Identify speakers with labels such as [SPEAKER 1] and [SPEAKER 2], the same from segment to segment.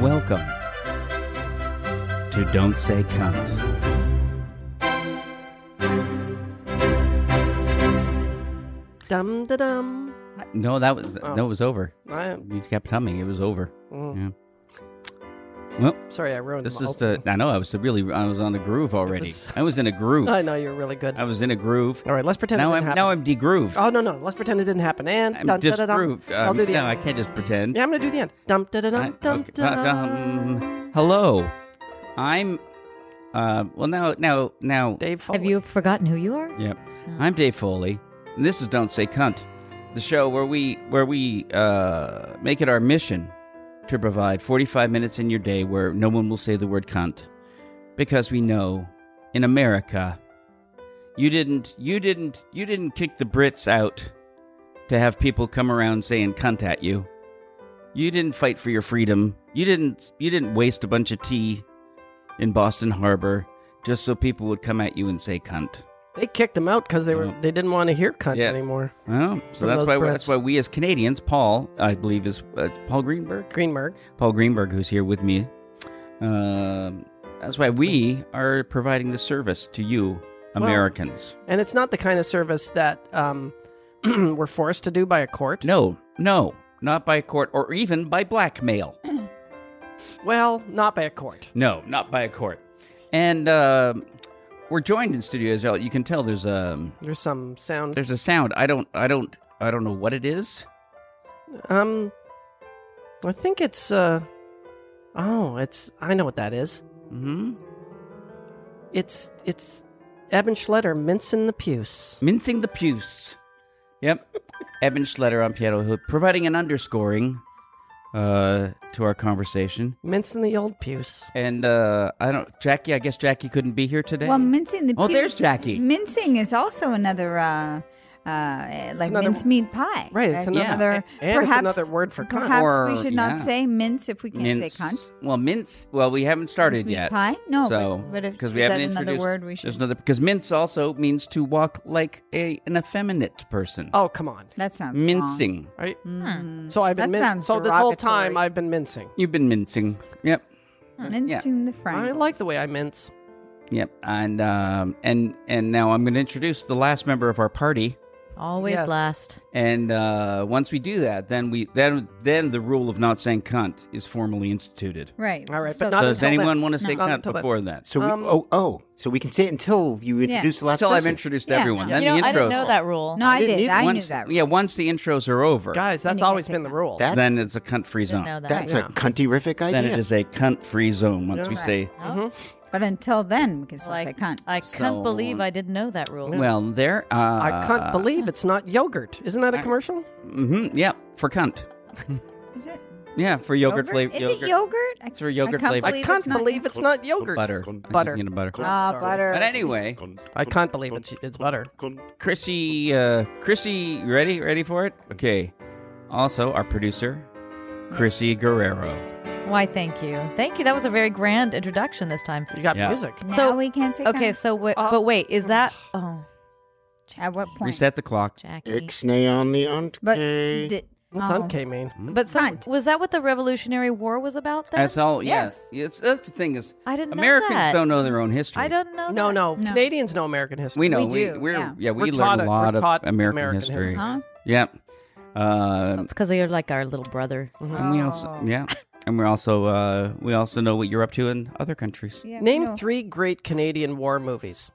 [SPEAKER 1] Welcome to Don't Say Cunt.
[SPEAKER 2] Dum da dum.
[SPEAKER 1] No, that was
[SPEAKER 2] Oh.
[SPEAKER 1] no, it was over.
[SPEAKER 2] I,
[SPEAKER 1] You kept humming. It was over.
[SPEAKER 2] mm,
[SPEAKER 1] Well,
[SPEAKER 2] sorry, I ruined.
[SPEAKER 1] this
[SPEAKER 2] my
[SPEAKER 1] is the. I know. I was really. I was on a groove already.
[SPEAKER 2] was-
[SPEAKER 1] I was in a groove.
[SPEAKER 2] I know you're really good.
[SPEAKER 1] I was in a groove.
[SPEAKER 2] All right, let's pretend
[SPEAKER 1] Now
[SPEAKER 2] it
[SPEAKER 1] I'm
[SPEAKER 2] didn't
[SPEAKER 1] now
[SPEAKER 2] happen.
[SPEAKER 1] I'm degrooved.
[SPEAKER 2] oh no no, let's pretend it didn't happen. And
[SPEAKER 1] I'm
[SPEAKER 2] dum da da dum.
[SPEAKER 1] disgrooved.
[SPEAKER 2] I'll
[SPEAKER 1] Um,
[SPEAKER 2] do the
[SPEAKER 1] no,
[SPEAKER 2] end.
[SPEAKER 1] I can't just pretend.
[SPEAKER 2] Yeah, I'm gonna do the end. Dum da da
[SPEAKER 1] I-
[SPEAKER 2] dum dum
[SPEAKER 1] okay, uh,
[SPEAKER 2] dum.
[SPEAKER 1] um, hello, I'm. Uh, well, now now now.
[SPEAKER 2] Dave Foley.
[SPEAKER 3] Have you forgotten who you are?
[SPEAKER 1] Yep.
[SPEAKER 4] Oh. Uh-huh.
[SPEAKER 1] I'm Dave Foley, and this is Don't Say Cunt, the show where we where we uh, make it our mission to provide 45 minutes in your day where no one will say the word cunt, because we know in America you didn't you didn't you didn't kick the Brits out to have people come around saying cunt at you. You didn't fight for your freedom. You didn't you didn't waste a bunch of tea in Boston Harbor just so people would come at you and say cunt.
[SPEAKER 2] They kicked them out because they were
[SPEAKER 1] Yeah.
[SPEAKER 2] they didn't want to hear cunt
[SPEAKER 1] Mm. Yeah.
[SPEAKER 2] anymore.
[SPEAKER 1] Well, so
[SPEAKER 2] From
[SPEAKER 1] that's
[SPEAKER 2] those
[SPEAKER 1] why
[SPEAKER 2] Brits.
[SPEAKER 1] that's why we as Canadians, Paul, I believe is uh, it's Paul Greenberg,
[SPEAKER 2] Greenberg.
[SPEAKER 1] Paul Greenberg, who's here with me. Um, that's why we are providing the service to you,
[SPEAKER 2] Well-
[SPEAKER 1] Americans.
[SPEAKER 2] And it's not the kind of service that um, we're forced to do by a court.
[SPEAKER 1] No, no, not by court or even by blackmail.
[SPEAKER 2] Well, not by a court.
[SPEAKER 1] No, not by a court. And uh, we're joined in studio as well. You can tell there's a
[SPEAKER 2] There's some sound.
[SPEAKER 1] there's a sound. I don't I don't I don't know what it is.
[SPEAKER 2] Um, I think it's uh, oh, it's I know what that is.
[SPEAKER 1] hmm
[SPEAKER 2] It's it's Eben Schletter mincing the puce.
[SPEAKER 1] Mincing the Puce. Yep. Eben Schletter on piano, who- providing an underscoring uh, to our conversation.
[SPEAKER 2] Mincing the old puce.
[SPEAKER 1] And uh, I don't, Jackie, I guess Jackie couldn't be here today.
[SPEAKER 3] Well, mincing the
[SPEAKER 1] Oh,
[SPEAKER 3] peas-
[SPEAKER 1] there's Jackie.
[SPEAKER 3] Mincing is also another, uh, uh, like
[SPEAKER 2] another-
[SPEAKER 3] mincemeat pie.
[SPEAKER 2] Right, it's
[SPEAKER 3] Uh,
[SPEAKER 2] another-
[SPEAKER 1] and-
[SPEAKER 2] and it's
[SPEAKER 3] perhaps,
[SPEAKER 2] another word for cunt.
[SPEAKER 3] Perhaps
[SPEAKER 1] Or-
[SPEAKER 3] we should not
[SPEAKER 1] yeah.
[SPEAKER 3] say mince if we can't
[SPEAKER 1] mince.
[SPEAKER 3] say cunt.
[SPEAKER 1] Well, mince. Well, we haven't started
[SPEAKER 3] Mincemeat
[SPEAKER 1] yet.
[SPEAKER 3] pie? No,
[SPEAKER 1] so
[SPEAKER 3] but- but if-
[SPEAKER 1] because we
[SPEAKER 3] is
[SPEAKER 1] haven't
[SPEAKER 3] that another
[SPEAKER 1] introduced
[SPEAKER 3] word we
[SPEAKER 1] there's
[SPEAKER 3] should-
[SPEAKER 1] another because mince also means to walk like a an effeminate person.
[SPEAKER 2] Oh come on!
[SPEAKER 3] That sounds wrong.
[SPEAKER 1] mincing.
[SPEAKER 2] Right.
[SPEAKER 4] Hmm.
[SPEAKER 3] Mm.
[SPEAKER 2] So I've been
[SPEAKER 3] That
[SPEAKER 2] min-
[SPEAKER 3] sounds
[SPEAKER 2] so this whole time
[SPEAKER 3] derogatory.
[SPEAKER 2] I've been mincing.
[SPEAKER 1] You've been mincing. Yep.
[SPEAKER 3] Mincing the
[SPEAKER 2] I
[SPEAKER 3] Frank.
[SPEAKER 2] like the way I mince.
[SPEAKER 1] Yep. And um, and and now I'm going to introduce the last member of our party.
[SPEAKER 4] Always
[SPEAKER 2] Yes.
[SPEAKER 4] last.
[SPEAKER 1] And uh, once we do that, then we then then the rule of not saying cunt is formally instituted.
[SPEAKER 3] Right.
[SPEAKER 2] All right,
[SPEAKER 3] Still
[SPEAKER 2] but not
[SPEAKER 1] So
[SPEAKER 3] sounds-
[SPEAKER 1] does
[SPEAKER 2] until
[SPEAKER 1] anyone
[SPEAKER 2] then.
[SPEAKER 1] want to say
[SPEAKER 2] Not
[SPEAKER 1] cunt
[SPEAKER 2] until then.
[SPEAKER 1] before that?
[SPEAKER 5] So we,
[SPEAKER 2] Um,
[SPEAKER 5] oh oh, so we can say it until you introduce the last
[SPEAKER 1] Until I've
[SPEAKER 5] person.
[SPEAKER 1] introduced
[SPEAKER 3] Yeah.
[SPEAKER 1] everyone, then
[SPEAKER 4] you know,
[SPEAKER 1] the
[SPEAKER 4] I
[SPEAKER 1] intros.
[SPEAKER 4] didn't know that rule.
[SPEAKER 3] No, I,
[SPEAKER 5] didn't
[SPEAKER 3] did.
[SPEAKER 5] either.
[SPEAKER 3] I
[SPEAKER 1] once,
[SPEAKER 3] knew that.
[SPEAKER 1] Yeah, once the intros are over,
[SPEAKER 2] Guys,
[SPEAKER 3] Then
[SPEAKER 2] that's
[SPEAKER 3] you gotta
[SPEAKER 2] always
[SPEAKER 3] take
[SPEAKER 2] been the
[SPEAKER 3] that.
[SPEAKER 2] rule.
[SPEAKER 5] That-
[SPEAKER 1] then it's a cunt free
[SPEAKER 4] Didn't
[SPEAKER 1] zone.
[SPEAKER 4] know that.
[SPEAKER 5] That's
[SPEAKER 2] Yeah.
[SPEAKER 5] a cunty rific idea.
[SPEAKER 1] then it is a cunt free zone. Once
[SPEAKER 2] Yeah.
[SPEAKER 1] we
[SPEAKER 2] Right.
[SPEAKER 1] say,
[SPEAKER 4] Oh,
[SPEAKER 3] But until then, we can still say
[SPEAKER 4] like, uh,
[SPEAKER 3] cunt.
[SPEAKER 4] I
[SPEAKER 1] So- uh,
[SPEAKER 4] can't believe I didn't know that rule.
[SPEAKER 1] well, there. Uh,
[SPEAKER 2] I can't believe it's not yogurt. Isn't that a commercial?
[SPEAKER 1] hmm yeah, for cunt.
[SPEAKER 3] Is it
[SPEAKER 1] Yeah, for yogurt, flavor.
[SPEAKER 3] Is it yogurt? I,
[SPEAKER 1] It's for yogurt
[SPEAKER 3] I can't
[SPEAKER 1] flavor.
[SPEAKER 2] I
[SPEAKER 3] Believe
[SPEAKER 2] can't
[SPEAKER 3] it's not
[SPEAKER 2] believe it's not yogurt.
[SPEAKER 1] Butter.
[SPEAKER 5] Cunt.
[SPEAKER 1] I'm
[SPEAKER 2] Butter.
[SPEAKER 1] thinking of butter.
[SPEAKER 3] Ah,
[SPEAKER 2] Sorry.
[SPEAKER 3] butter.
[SPEAKER 1] But anyway,
[SPEAKER 2] I can't believe it's it's butter.
[SPEAKER 1] Chrissy, uh, Chrissy, you ready? Ready for it? Okay. Also, our producer, Chrissy Guerrero.
[SPEAKER 4] Why, thank you. Thank you. That was a very grand introduction this time.
[SPEAKER 2] You got
[SPEAKER 1] Yeah.
[SPEAKER 2] music.
[SPEAKER 3] Now
[SPEAKER 4] So-
[SPEAKER 3] we can't say
[SPEAKER 4] Okay,
[SPEAKER 3] cunt.
[SPEAKER 4] so, wait,
[SPEAKER 2] Uh,
[SPEAKER 4] but wait, is that. Oh,
[SPEAKER 3] At what point?
[SPEAKER 1] Reset the clock.
[SPEAKER 4] Jackie.
[SPEAKER 5] Ixnay on the unt.
[SPEAKER 3] But
[SPEAKER 5] K.
[SPEAKER 3] did,
[SPEAKER 2] What's
[SPEAKER 3] oh.
[SPEAKER 2] on K mean?
[SPEAKER 4] But so,
[SPEAKER 3] Cunt.
[SPEAKER 4] was that what the Revolutionary War was about then?
[SPEAKER 1] That's all. Yes. It's, that's the thing is,
[SPEAKER 4] I didn't know
[SPEAKER 1] Americans
[SPEAKER 4] that.
[SPEAKER 1] don't know their own history.
[SPEAKER 4] I don't know.
[SPEAKER 2] No,
[SPEAKER 4] that.
[SPEAKER 2] no,
[SPEAKER 3] Oh, No.
[SPEAKER 2] Canadians know American history.
[SPEAKER 1] We know.
[SPEAKER 3] We
[SPEAKER 1] We,
[SPEAKER 3] do,
[SPEAKER 1] are yeah.
[SPEAKER 3] yeah.
[SPEAKER 1] we
[SPEAKER 2] We're
[SPEAKER 1] learn
[SPEAKER 2] taught
[SPEAKER 1] a
[SPEAKER 2] it-
[SPEAKER 1] lot
[SPEAKER 2] we're
[SPEAKER 1] of
[SPEAKER 2] taught
[SPEAKER 1] American,
[SPEAKER 2] American
[SPEAKER 1] history.
[SPEAKER 2] history.
[SPEAKER 3] Huh?
[SPEAKER 1] Yeah. Um,
[SPEAKER 4] It's because you're like our little brother.
[SPEAKER 1] and we also,
[SPEAKER 3] Oh.
[SPEAKER 1] yeah, and we're also uh, we also know what you're up to in other countries.
[SPEAKER 3] Yeah,
[SPEAKER 2] Name
[SPEAKER 3] no.
[SPEAKER 2] three great Canadian war movies.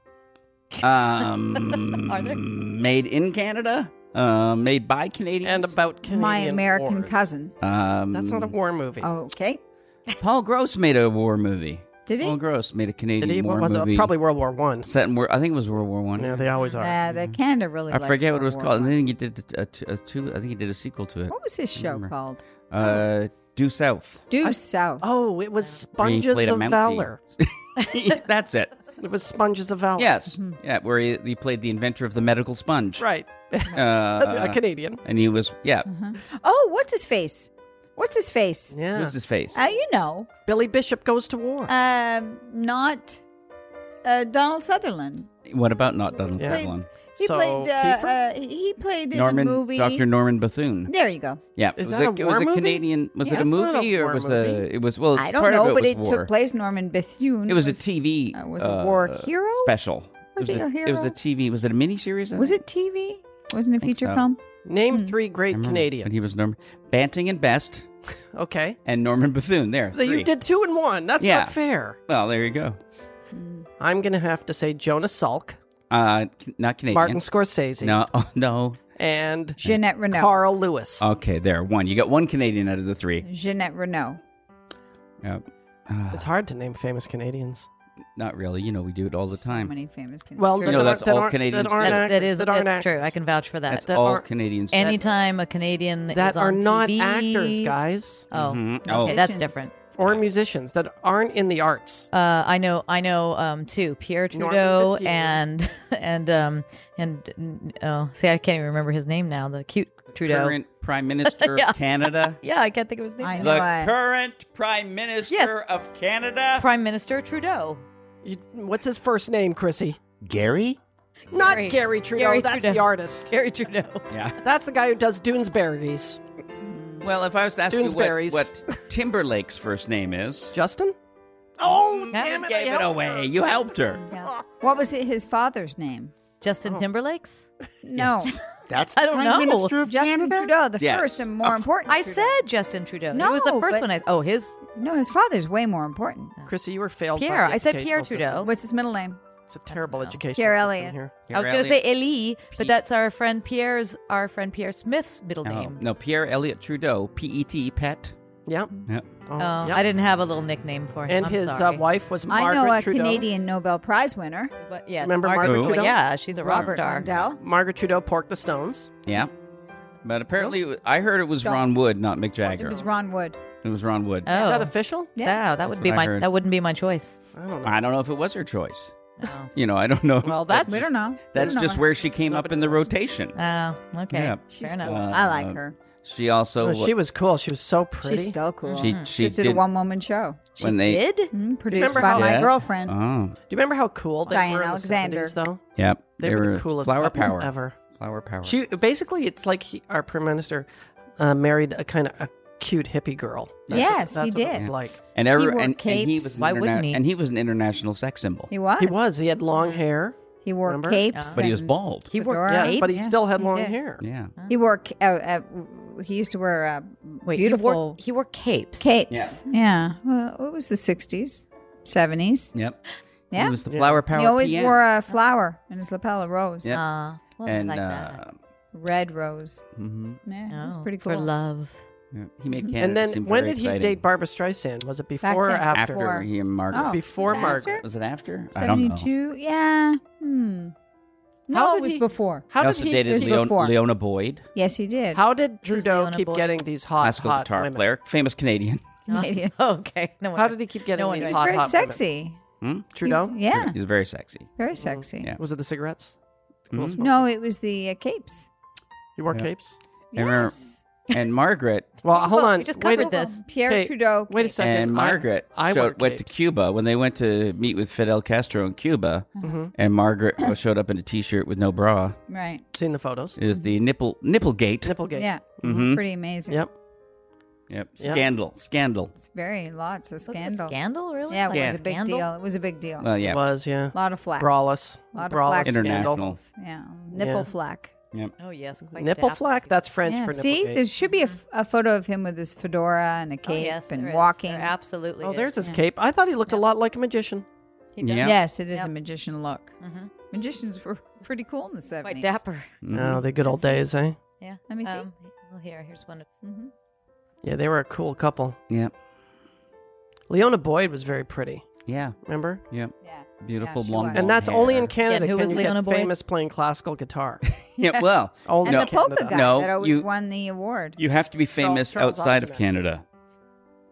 [SPEAKER 1] Um,
[SPEAKER 4] Are there-
[SPEAKER 1] made in Canada, uh, made by Canadians,
[SPEAKER 2] And about Canadian
[SPEAKER 3] My American
[SPEAKER 2] wars.
[SPEAKER 3] cousin. Oh.
[SPEAKER 1] Um,
[SPEAKER 2] That's not a war movie.
[SPEAKER 3] Okay.
[SPEAKER 1] Paul Gross made a war movie.
[SPEAKER 3] Did he?
[SPEAKER 1] Paul Gross made a Canadian
[SPEAKER 2] Did he?
[SPEAKER 1] war
[SPEAKER 2] What was
[SPEAKER 1] movie.
[SPEAKER 2] it? Probably World War One.
[SPEAKER 1] set in war. I think it was World War One.
[SPEAKER 2] Yeah, they always are.
[SPEAKER 3] Yeah, Uh, the Canada really.
[SPEAKER 1] Mm-hmm. I
[SPEAKER 3] likes
[SPEAKER 1] forget what it was
[SPEAKER 3] World War
[SPEAKER 1] called. I
[SPEAKER 3] One.
[SPEAKER 1] think he did a, t- a two. I think he did a sequel to it.
[SPEAKER 3] What was his show
[SPEAKER 1] remember.
[SPEAKER 3] called?
[SPEAKER 1] Uh, Due South.
[SPEAKER 3] Due South.
[SPEAKER 2] Oh, it was
[SPEAKER 1] where he
[SPEAKER 2] Sponges
[SPEAKER 1] played a
[SPEAKER 2] of
[SPEAKER 1] Mountie.
[SPEAKER 2] Valor.
[SPEAKER 1] That's it.
[SPEAKER 2] It was Sponges of Valor.
[SPEAKER 1] Yes.
[SPEAKER 3] Mm-hmm.
[SPEAKER 1] Yeah, where he, he played the inventor of the medical sponge.
[SPEAKER 2] Right.
[SPEAKER 1] Uh,
[SPEAKER 2] a Canadian.
[SPEAKER 1] and he was yeah.
[SPEAKER 3] Oh, what's his face? What's his face?
[SPEAKER 2] Yeah.
[SPEAKER 1] Who's his face?
[SPEAKER 3] Uh, you know,
[SPEAKER 4] Uh,
[SPEAKER 2] Billy Bishop goes to war.
[SPEAKER 3] um, not uh, Donald Sutherland.
[SPEAKER 1] What about not Donald
[SPEAKER 2] Yeah.
[SPEAKER 1] yeah. Sutherland?
[SPEAKER 3] He
[SPEAKER 2] So,
[SPEAKER 3] played. Uh,
[SPEAKER 2] Kiefer?
[SPEAKER 3] uh, he played in
[SPEAKER 1] Norman,
[SPEAKER 3] a movie.
[SPEAKER 1] Doctor Norman Bethune.
[SPEAKER 3] There you go.
[SPEAKER 1] Yeah,
[SPEAKER 2] Is
[SPEAKER 1] it was
[SPEAKER 2] that
[SPEAKER 1] a,
[SPEAKER 2] a
[SPEAKER 1] it
[SPEAKER 2] war
[SPEAKER 1] was a
[SPEAKER 2] movie?
[SPEAKER 1] Canadian. Was
[SPEAKER 3] Yeah.
[SPEAKER 1] it a
[SPEAKER 2] It's not a
[SPEAKER 1] movie or
[SPEAKER 2] war
[SPEAKER 1] was
[SPEAKER 2] movie.
[SPEAKER 1] a? It was well. it's
[SPEAKER 3] I don't
[SPEAKER 1] part
[SPEAKER 3] know,
[SPEAKER 1] of it
[SPEAKER 3] but
[SPEAKER 1] was
[SPEAKER 3] it
[SPEAKER 1] war.
[SPEAKER 3] took place. Norman Bethune.
[SPEAKER 1] It was a TV.
[SPEAKER 3] uh, was a war hero?
[SPEAKER 1] special.
[SPEAKER 3] Was
[SPEAKER 1] it
[SPEAKER 3] it a
[SPEAKER 1] It was a
[SPEAKER 3] hero?
[SPEAKER 1] TV. Was it a miniseries? I
[SPEAKER 3] Was
[SPEAKER 1] think?
[SPEAKER 3] it TV? Wasn't it a
[SPEAKER 1] think
[SPEAKER 3] feature
[SPEAKER 1] so.
[SPEAKER 3] film?
[SPEAKER 2] Name
[SPEAKER 4] hmm.
[SPEAKER 2] three great
[SPEAKER 1] remember
[SPEAKER 2] Canadians.
[SPEAKER 1] When he was Norman Banting and Best
[SPEAKER 2] okay.
[SPEAKER 1] and Norman Bethune. There,
[SPEAKER 2] So You
[SPEAKER 1] three.
[SPEAKER 2] did two and one. That's
[SPEAKER 1] Yeah.
[SPEAKER 2] not fair.
[SPEAKER 1] Well, there you go.
[SPEAKER 2] I'm gonna have to say Jonas Salk,
[SPEAKER 1] Uh, c- not Canadian.
[SPEAKER 2] Martin Scorsese,
[SPEAKER 1] No, oh, no.
[SPEAKER 2] and
[SPEAKER 3] Jeanette Renault.
[SPEAKER 2] Carl Lewis.
[SPEAKER 1] Okay, there. One. You got one Canadian out of the three.
[SPEAKER 3] Jeanette Renault.
[SPEAKER 1] Yep. Uh,
[SPEAKER 2] It's hard to name famous Canadians.
[SPEAKER 1] not really. You know, we do it all the
[SPEAKER 3] So
[SPEAKER 1] time.
[SPEAKER 3] many famous Canadians.
[SPEAKER 2] Well,
[SPEAKER 1] know,
[SPEAKER 2] that
[SPEAKER 1] that's
[SPEAKER 2] aren't- that
[SPEAKER 1] all
[SPEAKER 2] aren't-
[SPEAKER 1] Canadians
[SPEAKER 2] That, aren't
[SPEAKER 1] do.
[SPEAKER 4] That- that
[SPEAKER 2] actors,
[SPEAKER 4] is
[SPEAKER 2] that aren't
[SPEAKER 4] that's true. I
[SPEAKER 2] actors.
[SPEAKER 4] can vouch for that.
[SPEAKER 1] That's
[SPEAKER 2] that
[SPEAKER 1] all
[SPEAKER 2] aren't-
[SPEAKER 1] Canadians. do.
[SPEAKER 4] Anytime a Canadian
[SPEAKER 2] that
[SPEAKER 4] is
[SPEAKER 2] are
[SPEAKER 4] on
[SPEAKER 2] not
[SPEAKER 4] TV,
[SPEAKER 2] actors, guys,
[SPEAKER 4] Oh,
[SPEAKER 1] Mhm.
[SPEAKER 3] Oh.
[SPEAKER 4] okay, that's different.
[SPEAKER 2] or musicians that aren't in the arts.
[SPEAKER 4] Uh, I know, I know, um, too. Pierre
[SPEAKER 2] Norman
[SPEAKER 4] Trudeau
[SPEAKER 2] Bethune.
[SPEAKER 4] and and um and oh, see, I can't even remember his name now. The cute Trudeau.
[SPEAKER 1] current Prime Minister
[SPEAKER 4] Yeah.
[SPEAKER 1] of Canada.
[SPEAKER 4] Yeah, I can't think of his name.
[SPEAKER 3] I
[SPEAKER 4] now.
[SPEAKER 3] You know
[SPEAKER 1] the
[SPEAKER 3] what?
[SPEAKER 1] current Prime Minister
[SPEAKER 4] Yes.
[SPEAKER 1] of Canada.
[SPEAKER 4] Prime Minister Trudeau.
[SPEAKER 2] You, what's his first name, Chrissy?
[SPEAKER 5] Gary?
[SPEAKER 2] Not
[SPEAKER 4] Gary.
[SPEAKER 2] Gary Trudeau.
[SPEAKER 4] Gary
[SPEAKER 2] that's
[SPEAKER 4] Trudeau.
[SPEAKER 2] the artist.
[SPEAKER 4] Pierre Trudeau.
[SPEAKER 1] yeah.
[SPEAKER 2] That's the guy who does Doonesbury's.
[SPEAKER 1] Well, if I was to ask you what,
[SPEAKER 2] Doonesbury's.
[SPEAKER 1] what Timberlake's first name is,
[SPEAKER 2] Justin? Oh, damn
[SPEAKER 4] Haven't
[SPEAKER 2] it! I
[SPEAKER 1] gave it
[SPEAKER 2] helped her.
[SPEAKER 1] away. You helped her.
[SPEAKER 3] Yeah. What was it, his father's name?
[SPEAKER 4] Justin Timberlake's.
[SPEAKER 3] No.
[SPEAKER 5] That's
[SPEAKER 4] I don't
[SPEAKER 5] Prime
[SPEAKER 4] know.
[SPEAKER 5] Minister of
[SPEAKER 3] Justin
[SPEAKER 5] Canada?
[SPEAKER 3] Trudeau, the
[SPEAKER 1] Yes.
[SPEAKER 3] first and more important.
[SPEAKER 4] I
[SPEAKER 3] Trudeau.
[SPEAKER 4] said Justin Trudeau.
[SPEAKER 3] No,
[SPEAKER 4] it was the first
[SPEAKER 3] but-
[SPEAKER 4] one. I oh his
[SPEAKER 3] No, his father's way more important.
[SPEAKER 2] Chrissy, you were failed. by
[SPEAKER 4] Pierre.
[SPEAKER 2] the
[SPEAKER 4] I said Pierre
[SPEAKER 2] educational system.
[SPEAKER 4] Trudeau. Oh.
[SPEAKER 3] What's his middle name?
[SPEAKER 2] It's a terrible education.
[SPEAKER 3] Pierre
[SPEAKER 2] system
[SPEAKER 3] Elliott.
[SPEAKER 2] here.
[SPEAKER 4] I was going to say Elie, but that's our friend Pierre's our friend Pierre Smith's middle
[SPEAKER 3] Oh,
[SPEAKER 1] no,
[SPEAKER 4] name.
[SPEAKER 1] Oh, no, Pierre Elliott Trudeau, P-E-T, pet.
[SPEAKER 2] Yep.
[SPEAKER 1] Yep.
[SPEAKER 2] Oh,
[SPEAKER 4] Oh,
[SPEAKER 2] yep.
[SPEAKER 4] I didn't have a little nickname for him.
[SPEAKER 2] And
[SPEAKER 4] I'm
[SPEAKER 2] his uh,
[SPEAKER 4] sorry.
[SPEAKER 2] wife was
[SPEAKER 3] I
[SPEAKER 2] Margaret
[SPEAKER 3] know a
[SPEAKER 2] Trudeau.
[SPEAKER 3] Canadian Nobel Prize winner,
[SPEAKER 4] But yes,
[SPEAKER 2] Remember Margaret
[SPEAKER 1] Trudeau?
[SPEAKER 4] Yeah, she's a rock
[SPEAKER 3] Robert
[SPEAKER 4] star.
[SPEAKER 3] Mondale.
[SPEAKER 2] Margaret Trudeau porked the Stones.
[SPEAKER 1] Yeah. But apparently, I heard it was
[SPEAKER 3] Stop.
[SPEAKER 1] Ron Wood, not Mick
[SPEAKER 3] It
[SPEAKER 1] Jagger.
[SPEAKER 3] was Ron Wood.
[SPEAKER 1] It was Ron Wood.
[SPEAKER 4] Oh,
[SPEAKER 2] Is that official?
[SPEAKER 3] Yeah.
[SPEAKER 4] wow, that would
[SPEAKER 1] That's
[SPEAKER 4] be
[SPEAKER 1] what I
[SPEAKER 4] my.
[SPEAKER 1] heard.
[SPEAKER 4] That wouldn't be my choice.
[SPEAKER 2] I don't know.
[SPEAKER 1] I don't know if it was her choice.
[SPEAKER 4] Oh,
[SPEAKER 1] You know, I don't know.
[SPEAKER 2] Well, that's
[SPEAKER 3] We don't know. We
[SPEAKER 1] That's
[SPEAKER 3] don't know
[SPEAKER 1] just
[SPEAKER 3] her.
[SPEAKER 1] where she came up
[SPEAKER 2] Nobody
[SPEAKER 1] in the
[SPEAKER 2] knows.
[SPEAKER 1] rotation.
[SPEAKER 4] Oh, okay.
[SPEAKER 1] Yeah. Uh,
[SPEAKER 3] She's
[SPEAKER 4] Fair enough.
[SPEAKER 3] cool.
[SPEAKER 2] uh,
[SPEAKER 3] I like her.
[SPEAKER 1] She also
[SPEAKER 2] Oh, she was cool. She was so pretty.
[SPEAKER 3] She's still cool.
[SPEAKER 1] she she
[SPEAKER 3] just did a
[SPEAKER 1] did-
[SPEAKER 3] one woman show.
[SPEAKER 4] She
[SPEAKER 1] when they
[SPEAKER 4] did.
[SPEAKER 3] Mm, produced
[SPEAKER 2] remember
[SPEAKER 3] by
[SPEAKER 2] how- Uh-huh.
[SPEAKER 3] my
[SPEAKER 1] Yeah.
[SPEAKER 3] girlfriend.
[SPEAKER 1] Oh,
[SPEAKER 2] Do you remember how cool they
[SPEAKER 3] Diane
[SPEAKER 2] were in
[SPEAKER 3] Alexander.
[SPEAKER 2] the 70s, though?
[SPEAKER 1] yep.
[SPEAKER 2] They, were, the coolest
[SPEAKER 1] flower
[SPEAKER 2] couple
[SPEAKER 1] power.
[SPEAKER 2] ever.
[SPEAKER 1] Flower power.
[SPEAKER 2] She basically, it's like he, our prime minister uh, married a kind of a cute hippie girl. That's
[SPEAKER 3] Yes,
[SPEAKER 2] what,
[SPEAKER 3] he
[SPEAKER 2] that's what it
[SPEAKER 3] did.
[SPEAKER 2] was like
[SPEAKER 1] and every
[SPEAKER 3] wore
[SPEAKER 1] and, and he was
[SPEAKER 3] capes.
[SPEAKER 1] an
[SPEAKER 4] Why wouldn't
[SPEAKER 1] interna-
[SPEAKER 4] he?
[SPEAKER 1] And he was an international sex symbol,
[SPEAKER 3] He was.
[SPEAKER 2] he was. He had long hair,
[SPEAKER 3] He wore
[SPEAKER 2] Remember?
[SPEAKER 3] capes.
[SPEAKER 1] but he was
[SPEAKER 3] and-
[SPEAKER 1] bald.
[SPEAKER 4] He wore
[SPEAKER 3] Fedora.
[SPEAKER 2] yeah,
[SPEAKER 4] capes?
[SPEAKER 2] but he
[SPEAKER 3] Yeah,
[SPEAKER 2] still had
[SPEAKER 3] he
[SPEAKER 2] long
[SPEAKER 3] did.
[SPEAKER 2] hair.
[SPEAKER 1] yeah.
[SPEAKER 3] He wore. ca- Uh, uh, he used to wear uh,
[SPEAKER 4] Wait,
[SPEAKER 3] beautiful
[SPEAKER 4] He wore, he wore capes.
[SPEAKER 3] capes. Yeah. Well, it was the '60s, '70s.
[SPEAKER 1] Yep.
[SPEAKER 3] Yeah.
[SPEAKER 1] He was the flower power.
[SPEAKER 3] He always
[SPEAKER 1] PM.
[SPEAKER 3] wore a flower in his lapel, a rose,
[SPEAKER 1] Yeah.
[SPEAKER 4] Uh, what was
[SPEAKER 1] and
[SPEAKER 4] like
[SPEAKER 1] uh,
[SPEAKER 4] that?
[SPEAKER 3] red rose.
[SPEAKER 1] mhm.
[SPEAKER 3] Yeah, it was
[SPEAKER 4] Oh,
[SPEAKER 3] pretty cool.
[SPEAKER 4] For love.
[SPEAKER 1] Yeah. he made
[SPEAKER 3] Mm-hmm.
[SPEAKER 1] Canada
[SPEAKER 2] And then
[SPEAKER 1] seem
[SPEAKER 2] when
[SPEAKER 1] very
[SPEAKER 2] did he
[SPEAKER 1] exciting.
[SPEAKER 2] date Barbara Streisand? Was it before or
[SPEAKER 3] then.
[SPEAKER 2] after?
[SPEAKER 1] after
[SPEAKER 3] Before.
[SPEAKER 1] he and Margaret?
[SPEAKER 3] Oh,
[SPEAKER 2] was before
[SPEAKER 3] was it
[SPEAKER 2] Margaret.
[SPEAKER 3] after?
[SPEAKER 1] Was it after? I don't know.
[SPEAKER 3] Seventy-two. Yeah. Hmm. No,
[SPEAKER 2] How
[SPEAKER 3] it
[SPEAKER 2] did
[SPEAKER 3] was
[SPEAKER 2] he-
[SPEAKER 3] before.
[SPEAKER 1] He
[SPEAKER 2] How did
[SPEAKER 1] also
[SPEAKER 2] he?
[SPEAKER 1] dated
[SPEAKER 3] was
[SPEAKER 1] Leon-
[SPEAKER 3] before.
[SPEAKER 1] Leona Boyd,
[SPEAKER 3] Yes, he did.
[SPEAKER 2] How did Trudeau
[SPEAKER 4] Leona
[SPEAKER 2] keep
[SPEAKER 4] Boyd?
[SPEAKER 2] getting these hot,
[SPEAKER 1] classical
[SPEAKER 2] hot
[SPEAKER 1] guitar
[SPEAKER 2] women?
[SPEAKER 1] player, famous Canadian.
[SPEAKER 3] Canadian.
[SPEAKER 4] Oh, okay. No
[SPEAKER 2] How
[SPEAKER 4] wonder.
[SPEAKER 2] did he keep getting
[SPEAKER 4] No one
[SPEAKER 2] these
[SPEAKER 3] He
[SPEAKER 4] knows.
[SPEAKER 3] was
[SPEAKER 2] hot,
[SPEAKER 3] very
[SPEAKER 2] hot women?
[SPEAKER 3] sexy.
[SPEAKER 2] Trudeau?
[SPEAKER 3] He- yeah.
[SPEAKER 1] Hmm? He's very sexy.
[SPEAKER 3] Very sexy.
[SPEAKER 1] Yeah.
[SPEAKER 2] Was it the cigarettes?
[SPEAKER 1] Mhm.
[SPEAKER 2] Cool smoke.
[SPEAKER 3] No, it was the uh, capes.
[SPEAKER 2] You wore
[SPEAKER 1] Yeah.
[SPEAKER 2] capes?
[SPEAKER 1] I remember-
[SPEAKER 3] Yes.
[SPEAKER 1] And Margaret
[SPEAKER 2] Well,
[SPEAKER 4] We
[SPEAKER 2] hold
[SPEAKER 4] both-
[SPEAKER 2] on.
[SPEAKER 4] we just
[SPEAKER 2] wait,
[SPEAKER 4] covered
[SPEAKER 2] a-
[SPEAKER 4] this.
[SPEAKER 3] Pierre
[SPEAKER 2] Okay,
[SPEAKER 3] Trudeau.
[SPEAKER 2] Wait a
[SPEAKER 3] capes.
[SPEAKER 2] second.
[SPEAKER 1] and Margaret
[SPEAKER 2] I, I
[SPEAKER 1] showed-
[SPEAKER 2] wore
[SPEAKER 1] went to
[SPEAKER 2] capes.
[SPEAKER 1] Cuba when they went to meet with Fidel Castro in Cuba,
[SPEAKER 2] Mhm.
[SPEAKER 1] and Margaret showed up in a T-shirt with no bra.
[SPEAKER 3] Right.
[SPEAKER 2] Seen the photos?
[SPEAKER 1] It was the nipple nipplegate.
[SPEAKER 2] Nipplegate.
[SPEAKER 3] Yeah.
[SPEAKER 1] Mhm.
[SPEAKER 3] Pretty amazing.
[SPEAKER 2] Yep.
[SPEAKER 1] Yep.
[SPEAKER 2] Yeah.
[SPEAKER 1] Scandal. Scandal.
[SPEAKER 3] It's very lots of
[SPEAKER 4] Was it a
[SPEAKER 3] scandal.
[SPEAKER 4] Scandal, really?
[SPEAKER 3] Yeah, it
[SPEAKER 4] Like
[SPEAKER 3] was a big
[SPEAKER 4] scandal?
[SPEAKER 3] deal. It was a big deal.
[SPEAKER 1] Well, yeah.
[SPEAKER 2] Was yeah.
[SPEAKER 3] a lot of flack.
[SPEAKER 2] Brawless.
[SPEAKER 3] lot of
[SPEAKER 2] Brawless
[SPEAKER 3] black
[SPEAKER 2] scandal.
[SPEAKER 1] International.
[SPEAKER 3] Yeah. Nipple
[SPEAKER 2] Yeah.
[SPEAKER 3] flack.
[SPEAKER 4] Oh yes. quite
[SPEAKER 2] Nipple
[SPEAKER 4] daft.
[SPEAKER 2] flack. That's French
[SPEAKER 3] Yeah.
[SPEAKER 2] for nipple.
[SPEAKER 3] See, there should be a, f- a photo of him with his fedora and a
[SPEAKER 4] Oh,
[SPEAKER 3] cape
[SPEAKER 4] yes, there
[SPEAKER 3] and
[SPEAKER 4] is.
[SPEAKER 3] walking.
[SPEAKER 4] There absolutely.
[SPEAKER 2] Oh,
[SPEAKER 4] is.
[SPEAKER 2] there's his cape. I thought he looked a lot like a magician.
[SPEAKER 4] He does.
[SPEAKER 1] Yeah.
[SPEAKER 3] Yes, it is
[SPEAKER 4] Yep.
[SPEAKER 3] a magician look. Magicians were pretty cool in the 70s.
[SPEAKER 4] Quite dapper.
[SPEAKER 1] Mhm.
[SPEAKER 2] Oh, the good old days, eh?
[SPEAKER 4] Yeah.
[SPEAKER 3] Let me see.
[SPEAKER 4] Um, well, here, here's one. Of,
[SPEAKER 3] Mm-hmm.
[SPEAKER 2] Yeah, they were a cool couple.
[SPEAKER 1] Yep.
[SPEAKER 2] Leona Boyd was very pretty.
[SPEAKER 1] Yeah.
[SPEAKER 2] Remember?
[SPEAKER 1] Yep.
[SPEAKER 3] Yeah.
[SPEAKER 1] Beautiful
[SPEAKER 3] Yeah, she
[SPEAKER 1] blonde.
[SPEAKER 2] And
[SPEAKER 3] was.
[SPEAKER 1] long
[SPEAKER 2] that's
[SPEAKER 1] hair.
[SPEAKER 2] only in Canada
[SPEAKER 4] who
[SPEAKER 2] can
[SPEAKER 4] was
[SPEAKER 2] you
[SPEAKER 4] Leona
[SPEAKER 2] get
[SPEAKER 4] Boyd?
[SPEAKER 2] famous playing classical guitar.
[SPEAKER 1] Yeah. Well,
[SPEAKER 2] Only
[SPEAKER 1] No.
[SPEAKER 3] And the polka guy
[SPEAKER 1] No,
[SPEAKER 3] that always
[SPEAKER 1] you-
[SPEAKER 3] won the award.
[SPEAKER 1] you have to be famous
[SPEAKER 2] Charles
[SPEAKER 1] outside of
[SPEAKER 2] Austin.
[SPEAKER 1] Canada.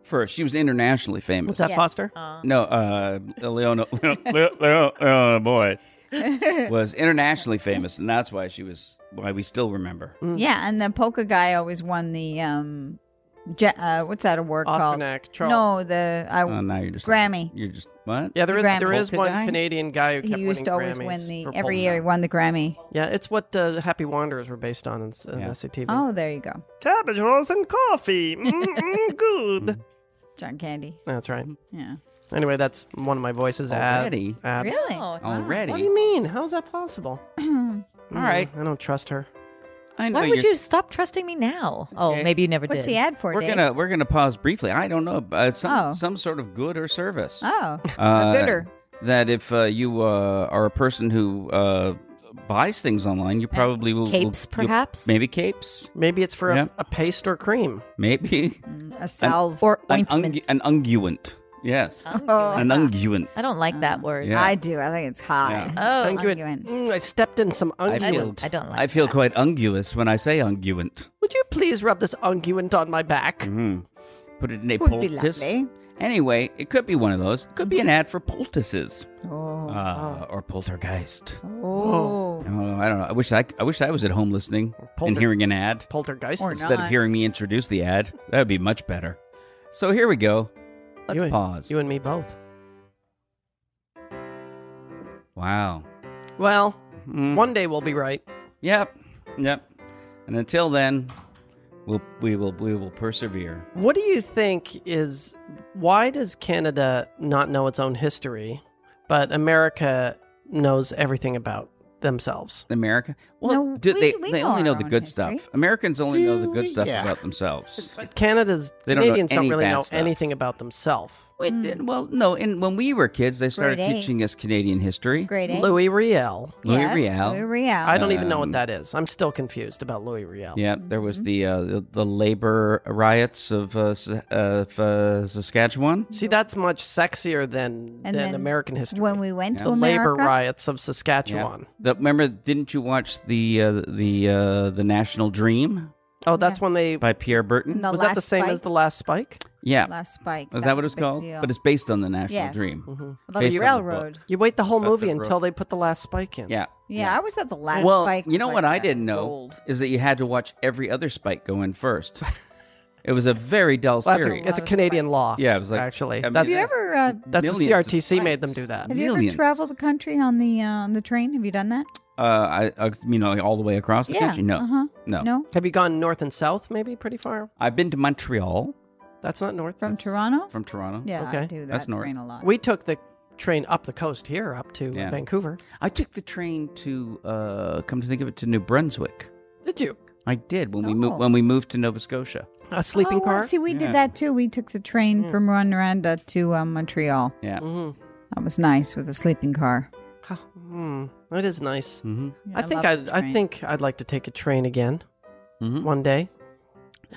[SPEAKER 1] First, she was internationally famous.
[SPEAKER 2] What's that,
[SPEAKER 3] Yes.
[SPEAKER 2] Foster?
[SPEAKER 4] uh,
[SPEAKER 1] No, uh, Leona, Leona, Leona, Leona Boyd was internationally famous, and that's why she was why we still remember.
[SPEAKER 3] Yeah, and the polka guy always won the um Je- uh, what's that award called?
[SPEAKER 2] Oscarnack, Charles.
[SPEAKER 3] No, the I,
[SPEAKER 1] Oh, now you're just
[SPEAKER 3] Grammy.
[SPEAKER 1] You're just what?
[SPEAKER 2] Yeah, there
[SPEAKER 3] the
[SPEAKER 2] is
[SPEAKER 3] Grammy.
[SPEAKER 2] there is
[SPEAKER 1] Polka
[SPEAKER 2] one
[SPEAKER 1] guy?
[SPEAKER 2] Canadian guy who kept
[SPEAKER 3] he used
[SPEAKER 2] winning
[SPEAKER 3] to always
[SPEAKER 2] Grammys
[SPEAKER 3] win the
[SPEAKER 2] for
[SPEAKER 3] every
[SPEAKER 2] polka.
[SPEAKER 3] year. He won the Grammy.
[SPEAKER 2] Yeah, it's what uh, Happy Wanderers were based on in, in
[SPEAKER 1] Yeah.
[SPEAKER 2] SCTV.
[SPEAKER 3] Oh, there you go,
[SPEAKER 2] Cabbage rolls and coffee. Mm-mm, good.
[SPEAKER 3] John Candy.
[SPEAKER 2] That's right.
[SPEAKER 3] Yeah,
[SPEAKER 2] Anyway, that's one of my voices. Ad-
[SPEAKER 1] Already.
[SPEAKER 2] ad-
[SPEAKER 3] really?
[SPEAKER 4] Oh,
[SPEAKER 1] Already.
[SPEAKER 2] What do you mean? How's that possible? Mm,
[SPEAKER 1] All right.
[SPEAKER 2] I don't trust her.
[SPEAKER 1] I know
[SPEAKER 4] Mm-hmm. Why would
[SPEAKER 1] you're-
[SPEAKER 4] you stop trusting me now? Oh,
[SPEAKER 1] Okay.
[SPEAKER 4] maybe you never
[SPEAKER 3] What's
[SPEAKER 4] did.
[SPEAKER 3] the ad for?
[SPEAKER 1] We're
[SPEAKER 3] Dave?
[SPEAKER 1] gonna we're gonna pause briefly. I don't know uh, some
[SPEAKER 3] Oh.
[SPEAKER 1] some sort of good or service.
[SPEAKER 3] Oh,
[SPEAKER 1] Uh,
[SPEAKER 3] a gooder.
[SPEAKER 1] That if uh, you uh, are a person who uh, buys things online, you probably will will-
[SPEAKER 4] Uh, Capes,
[SPEAKER 1] you'll-
[SPEAKER 4] perhaps?
[SPEAKER 1] maybe capes,
[SPEAKER 2] Maybe it's for
[SPEAKER 1] Yeah.
[SPEAKER 2] a, a paste or cream.
[SPEAKER 1] maybe
[SPEAKER 3] Mm, a salve.
[SPEAKER 4] or
[SPEAKER 1] an,
[SPEAKER 4] ointment.
[SPEAKER 1] ungu- an unguent. Yes,
[SPEAKER 3] Oh.
[SPEAKER 4] Unguent.
[SPEAKER 1] an unguent.
[SPEAKER 4] I don't like that word.
[SPEAKER 1] Uh, Yeah.
[SPEAKER 3] I do. I think it's hot.
[SPEAKER 4] Oh,
[SPEAKER 2] Unguent.
[SPEAKER 3] unguent.
[SPEAKER 2] Mm, I stepped in some
[SPEAKER 1] I feel,
[SPEAKER 2] unguent.
[SPEAKER 4] I don't like
[SPEAKER 1] I feel quite unguous when I say unguent.
[SPEAKER 2] Would you please rub this unguent on my back?
[SPEAKER 1] Mhm. Put it in a
[SPEAKER 3] Would be
[SPEAKER 1] poultice.
[SPEAKER 3] lovely.
[SPEAKER 1] Anyway, it could be one of those. It could be an
[SPEAKER 4] Mm-hmm.
[SPEAKER 1] ad for poultices
[SPEAKER 3] Oh.
[SPEAKER 1] uh, or poltergeist.
[SPEAKER 3] oh.
[SPEAKER 1] Oh, I don't know. I wish I, I wish I was at home listening and
[SPEAKER 2] Polter-
[SPEAKER 1] hearing an ad
[SPEAKER 2] Poltergeist.
[SPEAKER 3] Or
[SPEAKER 2] is-
[SPEAKER 1] instead of
[SPEAKER 3] not.
[SPEAKER 1] hearing me introduce the ad. That would be much better. So here we go. Let's
[SPEAKER 2] You and-
[SPEAKER 1] pause.
[SPEAKER 2] You and me both.
[SPEAKER 1] wow.
[SPEAKER 2] Well,
[SPEAKER 1] Mm.
[SPEAKER 2] one day we'll be right.
[SPEAKER 1] Yep. Yep. And until then, we'll we will we will persevere.
[SPEAKER 2] What do you think is why does Canada not know its own history, but America knows everything about themselves?
[SPEAKER 1] America. Well,
[SPEAKER 3] No,
[SPEAKER 1] do-
[SPEAKER 3] we-
[SPEAKER 1] they
[SPEAKER 3] we
[SPEAKER 1] they
[SPEAKER 3] know
[SPEAKER 1] only know
[SPEAKER 3] our
[SPEAKER 1] the
[SPEAKER 3] own
[SPEAKER 1] good
[SPEAKER 3] history.
[SPEAKER 1] stuff. Americans only know the
[SPEAKER 5] Do
[SPEAKER 1] good
[SPEAKER 5] we?
[SPEAKER 1] stuff
[SPEAKER 5] Yeah.
[SPEAKER 1] about themselves.
[SPEAKER 2] But Canada's
[SPEAKER 1] They don't know
[SPEAKER 2] Canadians
[SPEAKER 1] any
[SPEAKER 2] don't really
[SPEAKER 1] bad
[SPEAKER 2] know
[SPEAKER 1] stuff.
[SPEAKER 2] anything about themselves.
[SPEAKER 1] Wait, then- well, no. And when we were kids, they started
[SPEAKER 3] Grade A.
[SPEAKER 1] teaching us Canadian history.
[SPEAKER 3] Great. eh?
[SPEAKER 2] Louis Riel.
[SPEAKER 1] Louis
[SPEAKER 3] yes,
[SPEAKER 1] Riel.
[SPEAKER 3] Louis Riel.
[SPEAKER 2] I don't even know
[SPEAKER 1] Um,
[SPEAKER 2] what that is. I'm still confused about Louis Riel.
[SPEAKER 1] Yeah, there was the uh, the, the labor riots of uh, S- of uh, Saskatchewan.
[SPEAKER 2] See, that's much sexier than than
[SPEAKER 3] And then
[SPEAKER 2] American history.
[SPEAKER 3] when we went to
[SPEAKER 1] Yeah.
[SPEAKER 2] labor
[SPEAKER 3] America,
[SPEAKER 2] riots of Saskatchewan.
[SPEAKER 1] The, remember, didn't you watch the uh, the uh, the National Dream
[SPEAKER 2] Oh, that's when they
[SPEAKER 1] by Pierre Burton?
[SPEAKER 3] No. The
[SPEAKER 2] was that the
[SPEAKER 3] last
[SPEAKER 2] same as
[SPEAKER 3] spike?
[SPEAKER 2] the last spike?
[SPEAKER 1] Yeah,
[SPEAKER 3] last spike.
[SPEAKER 1] was that, what it was
[SPEAKER 3] a big
[SPEAKER 1] called?
[SPEAKER 3] deal.
[SPEAKER 1] But it's based on the National
[SPEAKER 3] Yes.
[SPEAKER 1] Dream.
[SPEAKER 2] hmm
[SPEAKER 3] about
[SPEAKER 1] based
[SPEAKER 3] the
[SPEAKER 1] on the
[SPEAKER 3] railroad.
[SPEAKER 1] book.
[SPEAKER 2] You wait the whole
[SPEAKER 1] That's
[SPEAKER 2] movie
[SPEAKER 1] the
[SPEAKER 2] until they put the last spike in.
[SPEAKER 1] Yeah.
[SPEAKER 3] yeah, I was at the last
[SPEAKER 1] well,
[SPEAKER 3] spike.
[SPEAKER 1] you know
[SPEAKER 3] like
[SPEAKER 1] what I
[SPEAKER 3] that.
[SPEAKER 1] didn't know
[SPEAKER 3] Gold.
[SPEAKER 1] is that you had to watch every other spike go in first. it was a very dull
[SPEAKER 2] Well, that's a,
[SPEAKER 1] series.
[SPEAKER 2] it's a
[SPEAKER 3] Lot of
[SPEAKER 2] Canadian
[SPEAKER 3] spike.
[SPEAKER 2] law.
[SPEAKER 1] yeah, it was like
[SPEAKER 2] actually,
[SPEAKER 1] I mean,
[SPEAKER 2] that's
[SPEAKER 3] Have you
[SPEAKER 1] it's
[SPEAKER 3] ever uh,
[SPEAKER 2] that's the
[SPEAKER 1] millions of
[SPEAKER 2] CRTC made them
[SPEAKER 1] spikes.
[SPEAKER 2] do that.
[SPEAKER 3] have you ever
[SPEAKER 1] Millions.
[SPEAKER 3] traveled the country on the uh, on the train? Have you done that?
[SPEAKER 1] Uh, I, I you know all the way across the
[SPEAKER 3] yeah.
[SPEAKER 1] country. No,
[SPEAKER 3] Uh-huh.
[SPEAKER 1] no,
[SPEAKER 3] No.
[SPEAKER 2] Have you gone north and south? Maybe pretty far.
[SPEAKER 1] I've been to Montreal
[SPEAKER 2] That's not north.
[SPEAKER 3] From Toronto?
[SPEAKER 1] from Toronto.
[SPEAKER 3] Yeah, I
[SPEAKER 2] Okay.
[SPEAKER 3] do that
[SPEAKER 1] That's north.
[SPEAKER 3] train a lot.
[SPEAKER 2] we took the train up the coast here, up to uh,
[SPEAKER 1] Yeah.
[SPEAKER 2] Vancouver.
[SPEAKER 1] I took the train to uh, come to think of it to New Brunswick.
[SPEAKER 2] Did you
[SPEAKER 1] I did when we moved
[SPEAKER 3] Oh.
[SPEAKER 1] when we moved to Nova Scotia.
[SPEAKER 2] a sleeping
[SPEAKER 3] oh,
[SPEAKER 2] car?
[SPEAKER 3] See, we
[SPEAKER 1] Yeah.
[SPEAKER 3] did that too. We took the train
[SPEAKER 2] Mm.
[SPEAKER 3] from Rwanda to uh, Montreal.
[SPEAKER 1] Yeah.
[SPEAKER 2] Mhm.
[SPEAKER 3] That was nice with a sleeping car.
[SPEAKER 2] Huh. Hmm. That is nice.
[SPEAKER 1] Mm-hmm.
[SPEAKER 2] I think
[SPEAKER 3] love
[SPEAKER 2] I
[SPEAKER 3] the
[SPEAKER 2] I
[SPEAKER 3] train.
[SPEAKER 2] think I'd like to take a train again
[SPEAKER 1] Mhm.
[SPEAKER 2] one day,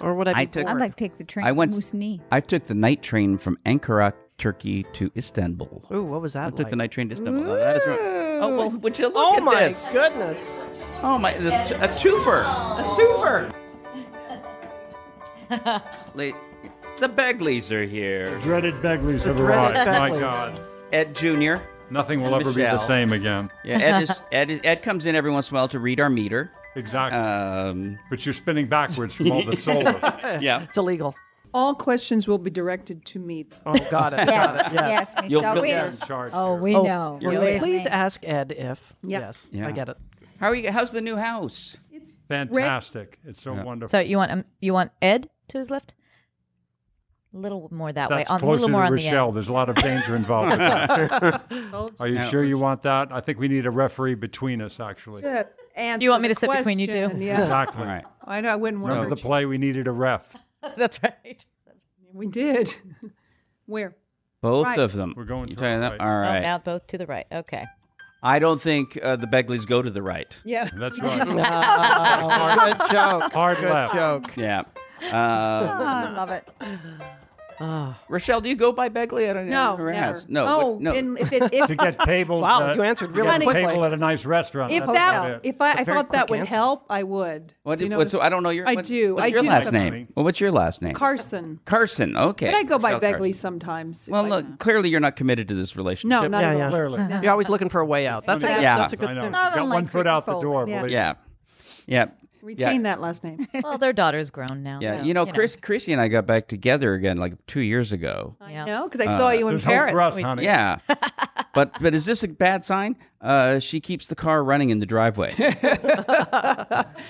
[SPEAKER 2] or would I? Be
[SPEAKER 1] I took-
[SPEAKER 3] I'd
[SPEAKER 2] bored?
[SPEAKER 3] like to take the train
[SPEAKER 1] I
[SPEAKER 3] I
[SPEAKER 1] went-
[SPEAKER 3] to Moosonee.
[SPEAKER 1] I took the night train from Ankara, Turkey to Istanbul.
[SPEAKER 2] Ooh, what was
[SPEAKER 1] I
[SPEAKER 2] that
[SPEAKER 1] took the
[SPEAKER 2] like?
[SPEAKER 1] night train to Istanbul. Now, that is right. Oh well, would you look
[SPEAKER 2] Oh
[SPEAKER 1] at
[SPEAKER 2] my
[SPEAKER 1] this?
[SPEAKER 2] goodness!
[SPEAKER 1] Oh my, the, a twofer.
[SPEAKER 2] A twofer.
[SPEAKER 1] La- The Begleys are here.
[SPEAKER 6] Dreaded Begleys have
[SPEAKER 2] dreaded
[SPEAKER 6] arrived.
[SPEAKER 2] Begleys.
[SPEAKER 6] My God.
[SPEAKER 1] Ed Jr.
[SPEAKER 6] Nothing will
[SPEAKER 1] And
[SPEAKER 6] ever be
[SPEAKER 1] Michelle.
[SPEAKER 6] the same again.
[SPEAKER 1] Yeah, Ed is Ed. Is, Ed comes in every once in a while to read our meter.
[SPEAKER 6] Exactly.
[SPEAKER 1] Um,
[SPEAKER 6] but you're spinning backwards from all the solar.
[SPEAKER 1] yeah,
[SPEAKER 2] It's illegal.
[SPEAKER 7] All questions will be directed to me.
[SPEAKER 2] Oh, got it. got it.
[SPEAKER 3] Yes,
[SPEAKER 2] Yes.
[SPEAKER 3] yes,
[SPEAKER 1] You'll
[SPEAKER 3] Michelle.
[SPEAKER 1] feel-
[SPEAKER 3] We,
[SPEAKER 1] Yeah.
[SPEAKER 6] in charge
[SPEAKER 3] oh,
[SPEAKER 6] here.
[SPEAKER 3] we
[SPEAKER 2] Oh,
[SPEAKER 3] know.
[SPEAKER 2] Will
[SPEAKER 3] Believe
[SPEAKER 2] you please
[SPEAKER 3] me.
[SPEAKER 2] ask Ed if?
[SPEAKER 7] Yeah.
[SPEAKER 2] Yes,
[SPEAKER 1] Yeah.
[SPEAKER 2] I get it.
[SPEAKER 1] how are you? How's the new house?
[SPEAKER 6] Fantastic. It's so wonderful.
[SPEAKER 4] So you want um, you want Ed to his left? A little more that way.
[SPEAKER 6] That's
[SPEAKER 4] On, a
[SPEAKER 6] closer
[SPEAKER 4] little
[SPEAKER 6] to
[SPEAKER 4] more on
[SPEAKER 6] Rochelle.
[SPEAKER 4] the
[SPEAKER 6] There's a lot of danger involved. in that. Are you sure you want that? I think we need a referee between us, actually.
[SPEAKER 7] Do
[SPEAKER 4] You want me to sit between you two?
[SPEAKER 7] Yeah,
[SPEAKER 6] Exactly.
[SPEAKER 1] All right.
[SPEAKER 7] I, know, I wouldn't want
[SPEAKER 6] Remember the play? We needed a ref.
[SPEAKER 4] end. That's right.
[SPEAKER 7] We did. Where?
[SPEAKER 1] Both
[SPEAKER 7] Right.
[SPEAKER 1] of them.
[SPEAKER 6] We're going
[SPEAKER 1] You
[SPEAKER 6] to
[SPEAKER 1] trying
[SPEAKER 6] the
[SPEAKER 1] that?
[SPEAKER 6] right.
[SPEAKER 1] All
[SPEAKER 4] Oh,
[SPEAKER 1] right.
[SPEAKER 4] now both to the right. Okay.
[SPEAKER 1] I don't think uh, the Begleys go to the right.
[SPEAKER 7] Yeah.
[SPEAKER 6] That's right.
[SPEAKER 2] Oh, good joke.
[SPEAKER 6] Hard
[SPEAKER 2] good
[SPEAKER 6] left.
[SPEAKER 2] joke.
[SPEAKER 1] Yeah. Uh,
[SPEAKER 6] Ah,
[SPEAKER 3] I love it.
[SPEAKER 1] Rochelle, do you go by Begley? I don't
[SPEAKER 7] No.
[SPEAKER 1] never
[SPEAKER 7] never.
[SPEAKER 1] asked. No.
[SPEAKER 7] Oh,
[SPEAKER 1] what- no.
[SPEAKER 7] and if it, if,
[SPEAKER 6] To get table.
[SPEAKER 2] Wow,
[SPEAKER 6] uh,
[SPEAKER 2] you answered
[SPEAKER 6] to get
[SPEAKER 2] really
[SPEAKER 6] a
[SPEAKER 2] quickly.
[SPEAKER 6] table at a nice restaurant.
[SPEAKER 7] if
[SPEAKER 6] That's about
[SPEAKER 7] that
[SPEAKER 6] it.
[SPEAKER 7] if I, I
[SPEAKER 2] very
[SPEAKER 7] thought that
[SPEAKER 2] quick
[SPEAKER 7] would
[SPEAKER 2] answer.
[SPEAKER 7] help, I would.
[SPEAKER 1] What,
[SPEAKER 7] Do you know
[SPEAKER 1] what,
[SPEAKER 7] the-
[SPEAKER 1] so I don't know your.
[SPEAKER 7] I
[SPEAKER 1] what-
[SPEAKER 7] do.
[SPEAKER 1] What's
[SPEAKER 7] I
[SPEAKER 1] your
[SPEAKER 7] do
[SPEAKER 1] last
[SPEAKER 7] sometimes.
[SPEAKER 1] name? Well, what's your last name?
[SPEAKER 7] Carson.
[SPEAKER 1] Carson. Okay.
[SPEAKER 7] But I go by
[SPEAKER 1] Rochelle Carson.
[SPEAKER 7] Begley sometimes. if
[SPEAKER 1] Well,
[SPEAKER 7] I-
[SPEAKER 1] look, clearly you're not committed to this relationship.
[SPEAKER 7] No, not
[SPEAKER 2] Yeah,
[SPEAKER 7] at
[SPEAKER 2] yeah.
[SPEAKER 7] all.
[SPEAKER 6] Clearly.
[SPEAKER 2] You're always looking for a way out. That's a,
[SPEAKER 1] Yeah.
[SPEAKER 2] that's a
[SPEAKER 6] I
[SPEAKER 2] good
[SPEAKER 6] know.
[SPEAKER 2] thing.
[SPEAKER 6] You've got
[SPEAKER 7] unlike
[SPEAKER 6] one foot out the
[SPEAKER 7] Christopher
[SPEAKER 6] door.
[SPEAKER 7] Walken, yeah.
[SPEAKER 6] believe me.
[SPEAKER 1] Yeah. Yeah.
[SPEAKER 7] Retain that last name.
[SPEAKER 4] well, their daughter's grown now.
[SPEAKER 1] Yeah,
[SPEAKER 4] so,
[SPEAKER 1] you know, Chris, Chrissy and I got back together again like two years ago.
[SPEAKER 4] Yeah.
[SPEAKER 7] I know, because I saw
[SPEAKER 1] Uh,
[SPEAKER 7] you in
[SPEAKER 6] There's hope
[SPEAKER 7] Paris.
[SPEAKER 6] for us, honey.
[SPEAKER 1] Yeah, but but is this a bad sign? Uh, she keeps the car running in the driveway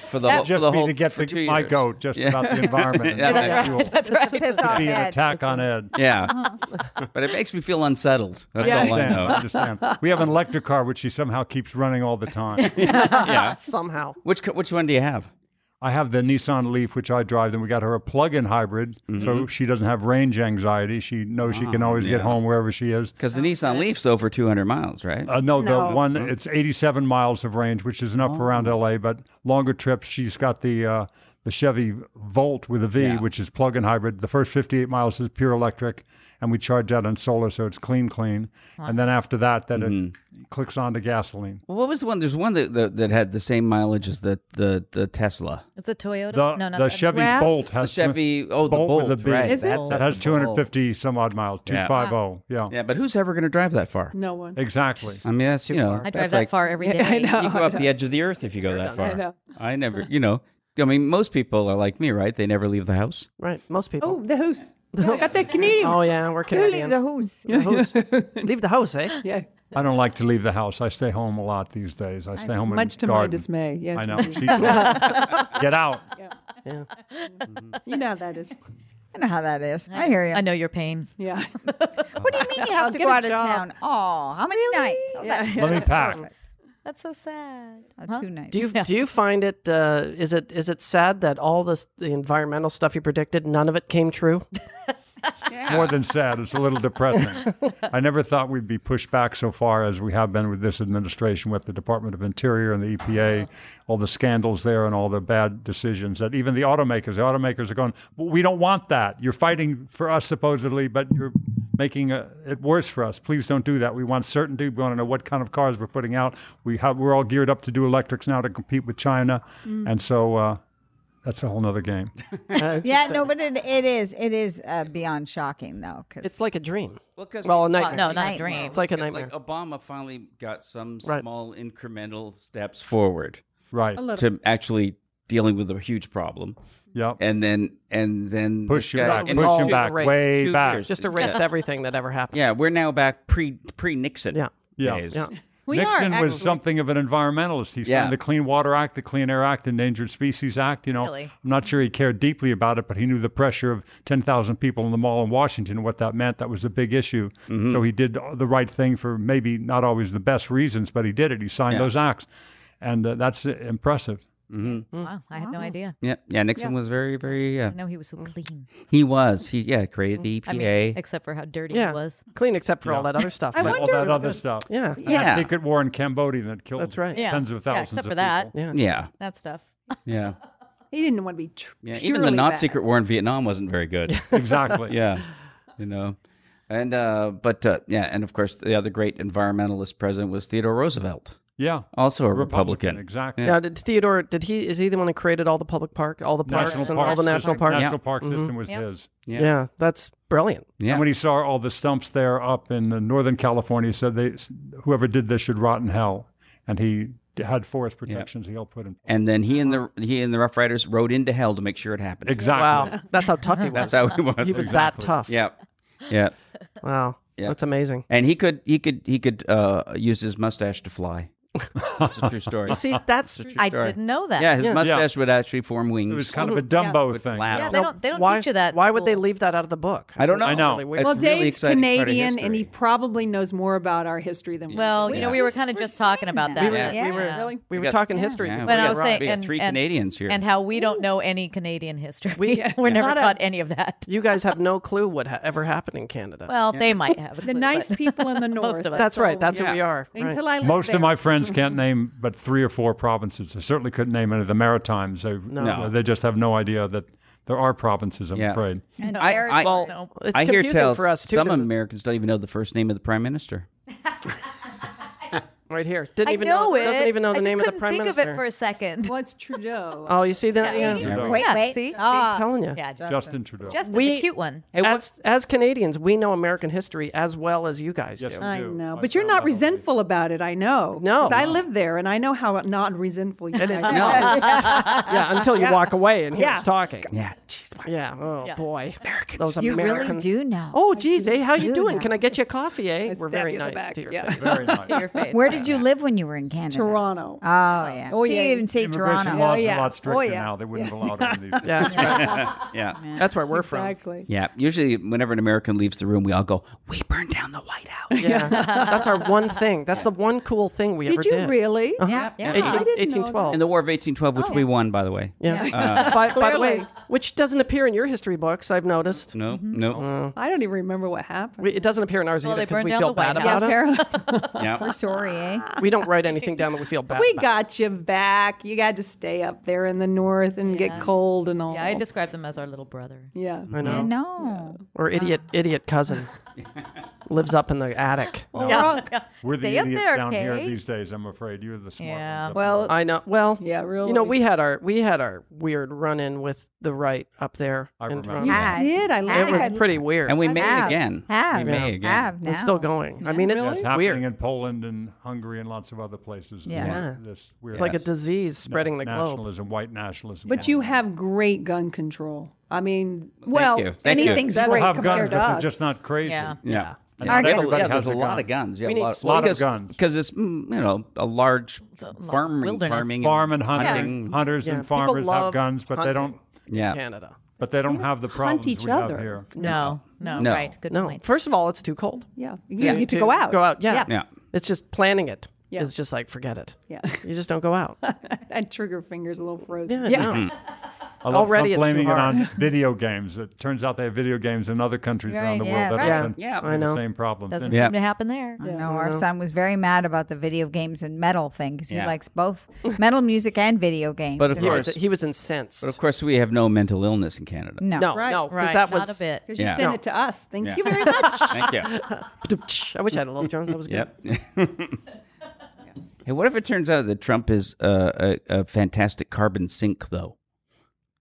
[SPEAKER 1] for the whole.
[SPEAKER 6] Just
[SPEAKER 1] for the
[SPEAKER 6] me
[SPEAKER 1] whole
[SPEAKER 6] to get
[SPEAKER 1] for
[SPEAKER 6] the,
[SPEAKER 1] two
[SPEAKER 6] my
[SPEAKER 1] years.
[SPEAKER 6] goat just
[SPEAKER 1] Yeah.
[SPEAKER 6] about the environment.
[SPEAKER 1] Yeah,
[SPEAKER 6] and
[SPEAKER 1] that's
[SPEAKER 6] the
[SPEAKER 1] right.
[SPEAKER 6] fuel.
[SPEAKER 3] That's right. piss off
[SPEAKER 6] Be an
[SPEAKER 3] Ed.
[SPEAKER 6] attack on Ed.
[SPEAKER 1] Yeah,
[SPEAKER 4] Uh-huh.
[SPEAKER 1] but it makes me feel unsettled. That's
[SPEAKER 7] Yeah.
[SPEAKER 1] all I
[SPEAKER 6] Understand,
[SPEAKER 1] know.
[SPEAKER 6] understand. We have an electric car which she somehow keeps running all the time.
[SPEAKER 1] yeah.
[SPEAKER 2] somehow.
[SPEAKER 1] Which co- which one do you have?
[SPEAKER 6] I have the Nissan Leaf, which I drive. Then we got her a plug-in hybrid,
[SPEAKER 1] Mm-hmm.
[SPEAKER 6] so she doesn't have range anxiety. She knows she
[SPEAKER 1] Ah,
[SPEAKER 6] can always get home wherever she is.
[SPEAKER 1] Because the
[SPEAKER 4] Oh,
[SPEAKER 1] Nissan Leaf's over 200 miles, right?
[SPEAKER 6] Uh, no,
[SPEAKER 7] No.
[SPEAKER 6] the one it's 87 miles of range, which is enough for around LA, but longer trips. She's got the uh, the Chevy Volt with a V, which is plug-in hybrid. The first 58 miles is pure electric, and we charge that on solar, so it's clean, clean. And then after that, then
[SPEAKER 1] Mm-hmm.
[SPEAKER 6] it clicks on to gasoline.
[SPEAKER 1] well, what was the one? There's one that, that that had the same mileage as the the, the Tesla,
[SPEAKER 4] It's a Toyota.
[SPEAKER 6] The,
[SPEAKER 4] no, not
[SPEAKER 6] the
[SPEAKER 4] that.
[SPEAKER 6] Chevy
[SPEAKER 7] Rav?
[SPEAKER 6] Bolt
[SPEAKER 1] the
[SPEAKER 6] has
[SPEAKER 1] Chevy. Oh, the
[SPEAKER 6] Bolt
[SPEAKER 1] Bolt.
[SPEAKER 6] with a B.
[SPEAKER 1] Right.
[SPEAKER 7] Is it?
[SPEAKER 1] That's
[SPEAKER 6] that
[SPEAKER 1] the
[SPEAKER 6] has
[SPEAKER 1] Bolt.
[SPEAKER 6] 250 some odd miles,
[SPEAKER 1] Yeah.
[SPEAKER 6] 250. Yeah.
[SPEAKER 1] Yeah, but who's ever going to drive that far?
[SPEAKER 7] No one.
[SPEAKER 6] Exactly.
[SPEAKER 1] I mean, that's you know,
[SPEAKER 4] I drive
[SPEAKER 1] that's
[SPEAKER 4] that
[SPEAKER 1] like,
[SPEAKER 4] far every day.
[SPEAKER 7] I know.
[SPEAKER 1] You go up the edge of the earth if you go that
[SPEAKER 7] I
[SPEAKER 1] far.
[SPEAKER 7] know.
[SPEAKER 1] I never, you know, I mean, most people are like me, right? They never leave the house.
[SPEAKER 2] Right. Most people.
[SPEAKER 7] Oh, the hoose. I got that Canadian.
[SPEAKER 2] Oh, yeah. We're
[SPEAKER 3] Who leaves
[SPEAKER 2] Canadian.
[SPEAKER 3] the who's?
[SPEAKER 2] The house. Leave the house, eh?
[SPEAKER 7] Yeah.
[SPEAKER 6] I don't like to leave the house. I stay home a lot these days. I stay home and
[SPEAKER 7] Much to my
[SPEAKER 6] garden.
[SPEAKER 7] dismay. Yes.
[SPEAKER 6] I know. She told- Get out.
[SPEAKER 2] Yeah.
[SPEAKER 7] You know how that is.
[SPEAKER 3] I know how that is. I hear you.
[SPEAKER 4] I know your pain.
[SPEAKER 7] Yeah.
[SPEAKER 3] What do you mean you have to
[SPEAKER 7] get
[SPEAKER 3] go
[SPEAKER 7] a
[SPEAKER 3] out of
[SPEAKER 7] job.
[SPEAKER 3] town? Oh, how many nights? Oh, that-
[SPEAKER 6] Let me pack.
[SPEAKER 4] That's so sad.
[SPEAKER 3] oh, two nights.
[SPEAKER 2] Do you do you find it? Uh, is it is it sad that all this the environmental stuff you predicted, none of it came true?
[SPEAKER 6] More than sad. It's a little depressing. I never thought we'd be pushed back so far as we have been with this administration, with the Department of Interior and the EPA, all the scandals there and all the bad decisions that even the automakers, the automakers are going, well, we don't want that. You're fighting for us supposedly, but you're making uh it worse for us. Please don't do that. We want certainty. We want to know what kind of cars we're putting out. We have, we're all geared up to do electrics now to compete with China. And so uh, that's a whole nother game.
[SPEAKER 3] Yeah, no, but it, it is it is uh, beyond shocking though. 'cause-
[SPEAKER 2] It's like a dream.
[SPEAKER 1] Well, because
[SPEAKER 2] Well, a nightmare.
[SPEAKER 4] No, Oh, not a
[SPEAKER 3] Nightmare.
[SPEAKER 4] dream.
[SPEAKER 2] It's like a nightmare.
[SPEAKER 1] Obama finally got some
[SPEAKER 2] Right.
[SPEAKER 1] small incremental steps forward
[SPEAKER 6] Right.
[SPEAKER 7] A little.
[SPEAKER 1] to actually dealing with a huge problem,
[SPEAKER 6] Yep.
[SPEAKER 1] and then and then
[SPEAKER 6] Push
[SPEAKER 1] this
[SPEAKER 6] him
[SPEAKER 1] guy-
[SPEAKER 6] back.
[SPEAKER 1] and
[SPEAKER 6] Push
[SPEAKER 1] two-
[SPEAKER 6] him back.
[SPEAKER 2] race.
[SPEAKER 6] Way
[SPEAKER 1] two
[SPEAKER 6] back.
[SPEAKER 1] years.
[SPEAKER 2] Just erased everything that ever happened.
[SPEAKER 1] Yeah, we're now back pre pre Nixon.
[SPEAKER 2] Yeah.
[SPEAKER 6] Yeah.
[SPEAKER 1] days.
[SPEAKER 2] Yeah.
[SPEAKER 7] We are,
[SPEAKER 6] Nixon
[SPEAKER 7] actually.
[SPEAKER 6] was something of an environmentalist. He
[SPEAKER 1] Yeah.
[SPEAKER 6] signed the Clean Water Act, the Clean Air Act, Endangered Species Act. You know,
[SPEAKER 4] Really?
[SPEAKER 6] I'm not sure he cared deeply about it, but he knew the pressure of 10,000 people in the mall in Washington and what that meant. That was a big issue.
[SPEAKER 1] Mm-hmm.
[SPEAKER 6] So he did the right thing for maybe not always the best reasons, but he did it. He signed those acts, and uh, that's uh, impressive.
[SPEAKER 1] Mm.
[SPEAKER 4] Wow, I had no idea.
[SPEAKER 1] yeah, yeah. Nixon was very very. Uh,
[SPEAKER 4] I know he was so clean.
[SPEAKER 1] he was. He yeah created the E EPA.
[SPEAKER 4] I mean, except for how dirty
[SPEAKER 2] Yeah.
[SPEAKER 4] he was.
[SPEAKER 2] Clean except for all that other stuff.
[SPEAKER 7] I
[SPEAKER 2] but-
[SPEAKER 7] wonder-
[SPEAKER 6] All that other stuff.
[SPEAKER 2] yeah.
[SPEAKER 6] And
[SPEAKER 1] Yeah.
[SPEAKER 6] That secret war in Cambodia that killed
[SPEAKER 2] That's right.
[SPEAKER 4] Yeah.
[SPEAKER 6] tens of
[SPEAKER 4] Yeah,
[SPEAKER 6] thousands
[SPEAKER 4] except
[SPEAKER 6] of
[SPEAKER 4] for that.
[SPEAKER 6] people.
[SPEAKER 1] yeah,
[SPEAKER 4] That stuff.
[SPEAKER 1] yeah,
[SPEAKER 7] He didn't want to be. Tr-
[SPEAKER 1] yeah. Even the
[SPEAKER 7] purely
[SPEAKER 1] not
[SPEAKER 7] bad.
[SPEAKER 1] secret war in Vietnam wasn't very good.
[SPEAKER 6] Exactly.
[SPEAKER 1] yeah you know and uh but uh, yeah and of course the other great environmentalist president was theodore roosevelt
[SPEAKER 6] Yeah.
[SPEAKER 1] also a republican,
[SPEAKER 6] Exactly.
[SPEAKER 2] Now, did Theodore? Did he? Is he the one who created all the public park, all the parks,
[SPEAKER 6] National
[SPEAKER 2] and
[SPEAKER 6] park
[SPEAKER 2] all the national
[SPEAKER 6] system,
[SPEAKER 2] parks? Mm-hmm.
[SPEAKER 6] National park system was his.
[SPEAKER 2] Yeah.
[SPEAKER 1] Yeah.
[SPEAKER 2] yeah, that's brilliant.
[SPEAKER 1] yeah
[SPEAKER 6] And when he saw all the stumps there up in uh, Northern California, he said they, whoever did this should rot in hell. And he d- had forest protections he helped put in.
[SPEAKER 1] and then he and the he and the rough riders rode into hell to make sure it happened
[SPEAKER 6] Exactly.
[SPEAKER 2] Wow, that's how tough he was.
[SPEAKER 1] that's how he was
[SPEAKER 2] he was that
[SPEAKER 6] Exactly.
[SPEAKER 2] tough.
[SPEAKER 1] yeah yeah
[SPEAKER 2] Wow.
[SPEAKER 1] Yeah.
[SPEAKER 2] That's amazing.
[SPEAKER 1] and he could he could he could uh use his mustache to fly it's a true story
[SPEAKER 2] See, that's
[SPEAKER 4] I
[SPEAKER 1] Sure.
[SPEAKER 4] didn't know that.
[SPEAKER 1] yeah his
[SPEAKER 2] Yeah.
[SPEAKER 1] mustache would actually form wings
[SPEAKER 6] It was kind of a Dumbo
[SPEAKER 1] Would
[SPEAKER 6] thing.
[SPEAKER 1] flap.
[SPEAKER 4] Yeah,
[SPEAKER 1] Wow.
[SPEAKER 4] they don't. They don't
[SPEAKER 2] why,
[SPEAKER 4] teach you that.
[SPEAKER 2] Why would they leave that out of the book?
[SPEAKER 1] i don't know
[SPEAKER 6] I know.
[SPEAKER 1] It's
[SPEAKER 2] Well,
[SPEAKER 7] Well,
[SPEAKER 1] really
[SPEAKER 7] Dave's
[SPEAKER 1] exciting part of
[SPEAKER 7] Canadian, and he
[SPEAKER 1] history.
[SPEAKER 7] probably knows more about our history than we.
[SPEAKER 4] Well,
[SPEAKER 1] Yeah.
[SPEAKER 4] you know, we were kind of
[SPEAKER 3] We're
[SPEAKER 4] just talking
[SPEAKER 3] saying
[SPEAKER 4] about that.
[SPEAKER 3] that.
[SPEAKER 2] We were- we were-
[SPEAKER 4] Yeah.
[SPEAKER 7] really.
[SPEAKER 2] We were
[SPEAKER 1] got-
[SPEAKER 2] talking history.
[SPEAKER 1] yeah,
[SPEAKER 2] before
[SPEAKER 4] But
[SPEAKER 1] we
[SPEAKER 4] I
[SPEAKER 1] got-
[SPEAKER 4] was
[SPEAKER 2] Rob.
[SPEAKER 4] saying,
[SPEAKER 1] we got
[SPEAKER 4] and,
[SPEAKER 1] three
[SPEAKER 4] and-
[SPEAKER 1] Canadians here.
[SPEAKER 4] and how we don't know any Canadian history. We,
[SPEAKER 2] We-
[SPEAKER 4] were never
[SPEAKER 7] Not a-
[SPEAKER 4] taught any of that.
[SPEAKER 2] you guys have no clue what ha- ever happened in Canada.
[SPEAKER 4] Well, they might have. a
[SPEAKER 7] The
[SPEAKER 4] clue,
[SPEAKER 7] nice
[SPEAKER 4] but-
[SPEAKER 7] people in the north.
[SPEAKER 4] of us.
[SPEAKER 2] that's right. That's
[SPEAKER 1] Yeah.
[SPEAKER 2] who we are. Right.
[SPEAKER 7] Until I lived
[SPEAKER 6] Most
[SPEAKER 7] there.
[SPEAKER 6] of my friends can't name but three or four provinces. They certainly couldn't name any of the Maritimes. They,
[SPEAKER 1] No.
[SPEAKER 6] they just have no idea that there are provinces, I'm
[SPEAKER 1] Yeah.
[SPEAKER 6] afraid.
[SPEAKER 3] and
[SPEAKER 1] I-
[SPEAKER 3] Eric-
[SPEAKER 1] I-
[SPEAKER 2] well,
[SPEAKER 4] No.
[SPEAKER 2] it's
[SPEAKER 1] I hear
[SPEAKER 2] confusing
[SPEAKER 1] tales
[SPEAKER 2] for us too.
[SPEAKER 1] some
[SPEAKER 2] 'cause-
[SPEAKER 1] Americans don't even know the first name of the prime minister.
[SPEAKER 2] right here. Didn't
[SPEAKER 4] I
[SPEAKER 2] even
[SPEAKER 4] know
[SPEAKER 2] know,
[SPEAKER 4] it.
[SPEAKER 2] Doesn't even know
[SPEAKER 4] I
[SPEAKER 2] the
[SPEAKER 4] just
[SPEAKER 2] name of the
[SPEAKER 4] couldn't
[SPEAKER 2] prime
[SPEAKER 4] think
[SPEAKER 2] minister.
[SPEAKER 4] of it for a second.
[SPEAKER 7] Well, it's Trudeau.
[SPEAKER 2] oh, you see that? Yeah.
[SPEAKER 6] Yeah.
[SPEAKER 3] Wait,
[SPEAKER 4] Yeah,
[SPEAKER 3] wait.
[SPEAKER 4] see?
[SPEAKER 3] Ah.
[SPEAKER 2] I'm telling you.
[SPEAKER 4] Yeah, Justin.
[SPEAKER 6] Justin Trudeau.
[SPEAKER 4] Justin,
[SPEAKER 2] We-
[SPEAKER 4] the cute one.
[SPEAKER 1] Hey, what-
[SPEAKER 2] As, as Canadians, we know American history as well as you guys
[SPEAKER 6] Yes,
[SPEAKER 2] do.
[SPEAKER 6] we
[SPEAKER 7] I
[SPEAKER 6] do.
[SPEAKER 7] know,
[SPEAKER 6] I
[SPEAKER 7] but you're
[SPEAKER 6] found
[SPEAKER 7] not
[SPEAKER 6] out.
[SPEAKER 7] resentful about it. I know.
[SPEAKER 2] No.
[SPEAKER 7] 'Cause I live there, and I know how not resentful you
[SPEAKER 2] And it's
[SPEAKER 7] guys
[SPEAKER 2] no.
[SPEAKER 7] are.
[SPEAKER 2] yeah, until you walk away and he's
[SPEAKER 7] Yeah.
[SPEAKER 2] talking.
[SPEAKER 1] Yeah.
[SPEAKER 2] Yeah. Oh
[SPEAKER 4] Yeah.
[SPEAKER 2] boy, those
[SPEAKER 3] You really
[SPEAKER 2] Americans
[SPEAKER 3] do know.
[SPEAKER 2] Oh, geez, eh? How you
[SPEAKER 3] do
[SPEAKER 2] doing?
[SPEAKER 3] know.
[SPEAKER 2] Can I get you a coffee, eh?
[SPEAKER 7] I
[SPEAKER 2] We're
[SPEAKER 7] stab
[SPEAKER 2] very
[SPEAKER 7] you in the
[SPEAKER 2] nice
[SPEAKER 7] back,
[SPEAKER 2] to your
[SPEAKER 7] yeah.
[SPEAKER 2] face.
[SPEAKER 6] Very nice.
[SPEAKER 4] To your face.
[SPEAKER 3] Where did you live when you were in Canada?
[SPEAKER 7] Toronto.
[SPEAKER 3] Oh yeah.
[SPEAKER 7] Oh,
[SPEAKER 3] See,
[SPEAKER 7] yeah.
[SPEAKER 3] you even say
[SPEAKER 6] Immigration
[SPEAKER 3] Toronto.
[SPEAKER 6] laws
[SPEAKER 7] yeah.
[SPEAKER 6] are a lot
[SPEAKER 7] Oh,
[SPEAKER 6] stricter
[SPEAKER 7] yeah.
[SPEAKER 6] now. They wouldn't have allowed it in these
[SPEAKER 2] Yeah, that's, right.
[SPEAKER 1] Yeah.
[SPEAKER 2] that's where we're
[SPEAKER 7] Exactly.
[SPEAKER 1] Yeah. Usually, whenever an American leaves the room, we all go, "We burned down the White House."
[SPEAKER 2] from. Yeah, that's our one thing. That's the one cool thing we ever
[SPEAKER 7] Did you
[SPEAKER 2] did.
[SPEAKER 7] really?
[SPEAKER 3] Yeah.
[SPEAKER 1] Yeah.
[SPEAKER 2] 18,
[SPEAKER 7] I didn't know
[SPEAKER 2] 1812.
[SPEAKER 1] In the War of 1812,
[SPEAKER 3] Oh,
[SPEAKER 1] which we won, by the way.
[SPEAKER 2] yeah. by, by the way,
[SPEAKER 7] Clearly.
[SPEAKER 2] which doesn't appear in your history books, I've noticed.
[SPEAKER 1] No,
[SPEAKER 3] Mm-hmm.
[SPEAKER 2] Oh,
[SPEAKER 1] no.
[SPEAKER 7] I don't even remember what happened.
[SPEAKER 2] We- It doesn't appear in ours
[SPEAKER 4] Well,
[SPEAKER 2] either
[SPEAKER 4] they
[SPEAKER 2] because
[SPEAKER 4] burned
[SPEAKER 2] we
[SPEAKER 4] down
[SPEAKER 2] feel
[SPEAKER 4] the White
[SPEAKER 2] bad
[SPEAKER 4] House.
[SPEAKER 2] about it.
[SPEAKER 1] Yeah.
[SPEAKER 3] Sorry, eh?
[SPEAKER 2] We don't write anything down that we feel bad
[SPEAKER 7] We
[SPEAKER 2] about.
[SPEAKER 7] got you back. You got to stay up there in the north and get cold and all.
[SPEAKER 4] Yeah, I described them as our little brother.
[SPEAKER 7] Yeah.
[SPEAKER 2] I know.
[SPEAKER 3] No.
[SPEAKER 2] Or idiot,
[SPEAKER 1] Ah.
[SPEAKER 2] idiot cousin lives up in the attic.
[SPEAKER 7] Well,
[SPEAKER 4] Yeah.
[SPEAKER 7] we're all-
[SPEAKER 6] We're the
[SPEAKER 4] Stay up
[SPEAKER 6] idiots
[SPEAKER 4] there,
[SPEAKER 6] down
[SPEAKER 4] okay?
[SPEAKER 6] here these days. I'm afraid you're the smart
[SPEAKER 4] Yeah.
[SPEAKER 6] ones. up
[SPEAKER 7] Well,
[SPEAKER 6] there.
[SPEAKER 2] I know. Well,
[SPEAKER 7] Yeah,
[SPEAKER 2] You know,
[SPEAKER 7] really.
[SPEAKER 2] we had our we had our weird run in with the right up there.
[SPEAKER 6] I
[SPEAKER 2] in
[SPEAKER 6] remember
[SPEAKER 2] Toronto.
[SPEAKER 7] you
[SPEAKER 3] Hi.
[SPEAKER 7] did. I
[SPEAKER 3] Hi.
[SPEAKER 7] love
[SPEAKER 2] It was pretty weird.
[SPEAKER 1] And we made it
[SPEAKER 3] Have.
[SPEAKER 1] again.
[SPEAKER 3] Have.
[SPEAKER 1] We may again.
[SPEAKER 3] Have now.
[SPEAKER 2] it's still going. I mean, it's
[SPEAKER 6] Yeah, it's happening
[SPEAKER 2] weird.
[SPEAKER 6] in Poland and Hungary and lots of other places.
[SPEAKER 3] Yeah.
[SPEAKER 2] Yeah.
[SPEAKER 6] This weird
[SPEAKER 2] It's like a disease spreading the globe.
[SPEAKER 6] nationalism, white nationalism.
[SPEAKER 7] But you have great gun control. I mean, well,
[SPEAKER 1] you. Thank you.
[SPEAKER 7] anything's
[SPEAKER 6] People
[SPEAKER 7] great
[SPEAKER 6] have guns,
[SPEAKER 7] compared
[SPEAKER 6] but
[SPEAKER 7] to
[SPEAKER 6] they're
[SPEAKER 7] us.
[SPEAKER 6] just not crazy.
[SPEAKER 4] Yeah.
[SPEAKER 1] Yeah. Yeah.
[SPEAKER 6] And not
[SPEAKER 1] Yeah,
[SPEAKER 6] everybody
[SPEAKER 1] there's
[SPEAKER 6] has
[SPEAKER 1] a
[SPEAKER 6] gun.
[SPEAKER 1] lot of guns. Yeah,
[SPEAKER 2] We need
[SPEAKER 1] lot,
[SPEAKER 2] s-
[SPEAKER 6] lot of
[SPEAKER 1] because-
[SPEAKER 6] guns.
[SPEAKER 1] because it's mm, you know a large
[SPEAKER 4] a
[SPEAKER 1] farming
[SPEAKER 4] wilderness.
[SPEAKER 1] farming
[SPEAKER 6] Farm and hunting,
[SPEAKER 1] hunting.
[SPEAKER 6] hunters
[SPEAKER 2] Yeah.
[SPEAKER 6] and
[SPEAKER 2] People
[SPEAKER 6] farmers
[SPEAKER 2] love
[SPEAKER 6] have guns, but they don't.
[SPEAKER 2] hunting.
[SPEAKER 1] Yeah.
[SPEAKER 2] Canada.
[SPEAKER 6] But they don't have the problems
[SPEAKER 7] each
[SPEAKER 6] we
[SPEAKER 7] other.
[SPEAKER 6] have here.
[SPEAKER 4] No, no,
[SPEAKER 1] No.
[SPEAKER 4] right. Good
[SPEAKER 2] No.
[SPEAKER 4] point.
[SPEAKER 2] First of all, it's too cold.
[SPEAKER 7] Yeah, you get to go out.
[SPEAKER 2] Go out. Yeah.
[SPEAKER 1] Yeah.
[SPEAKER 2] It's just planning it.
[SPEAKER 7] Yeah.
[SPEAKER 2] It's just like forget it.
[SPEAKER 7] Yeah.
[SPEAKER 2] You just don't go out.
[SPEAKER 7] That trigger finger's a little frozen.
[SPEAKER 2] Yeah. no.
[SPEAKER 6] I love
[SPEAKER 2] Already
[SPEAKER 6] Trump
[SPEAKER 2] it's too
[SPEAKER 6] blaming it
[SPEAKER 2] hard.
[SPEAKER 6] on video games. It turns out they have video games in other countries around the world
[SPEAKER 3] yeah,
[SPEAKER 6] that
[SPEAKER 3] right.
[SPEAKER 6] have
[SPEAKER 1] Yeah,
[SPEAKER 6] been
[SPEAKER 1] I
[SPEAKER 6] the
[SPEAKER 2] know.
[SPEAKER 6] same problems.
[SPEAKER 4] Doesn't
[SPEAKER 6] And
[SPEAKER 1] Yeah.
[SPEAKER 4] seem to happen there.
[SPEAKER 3] I know our son was very mad about the video games and metal thing because
[SPEAKER 1] Yeah.
[SPEAKER 3] he likes both metal music and video games.
[SPEAKER 1] But of
[SPEAKER 3] And-
[SPEAKER 2] He
[SPEAKER 1] course,
[SPEAKER 2] was, he was incensed.
[SPEAKER 1] but of course, we have no mental illness in Canada.
[SPEAKER 3] no,
[SPEAKER 2] no,
[SPEAKER 7] Right,
[SPEAKER 2] no, 'cause
[SPEAKER 4] Right.
[SPEAKER 2] that
[SPEAKER 4] Not
[SPEAKER 2] was
[SPEAKER 4] a bit.
[SPEAKER 7] Because you
[SPEAKER 1] Yeah.
[SPEAKER 7] sent
[SPEAKER 1] No.
[SPEAKER 7] it to us. Thank
[SPEAKER 1] Yeah.
[SPEAKER 7] you very much.
[SPEAKER 1] Thank you.
[SPEAKER 2] I wish I had a little drone. That was good.
[SPEAKER 1] Yep. Hey, what if it turns out that Trump is uh, a, a fantastic carbon sink, though?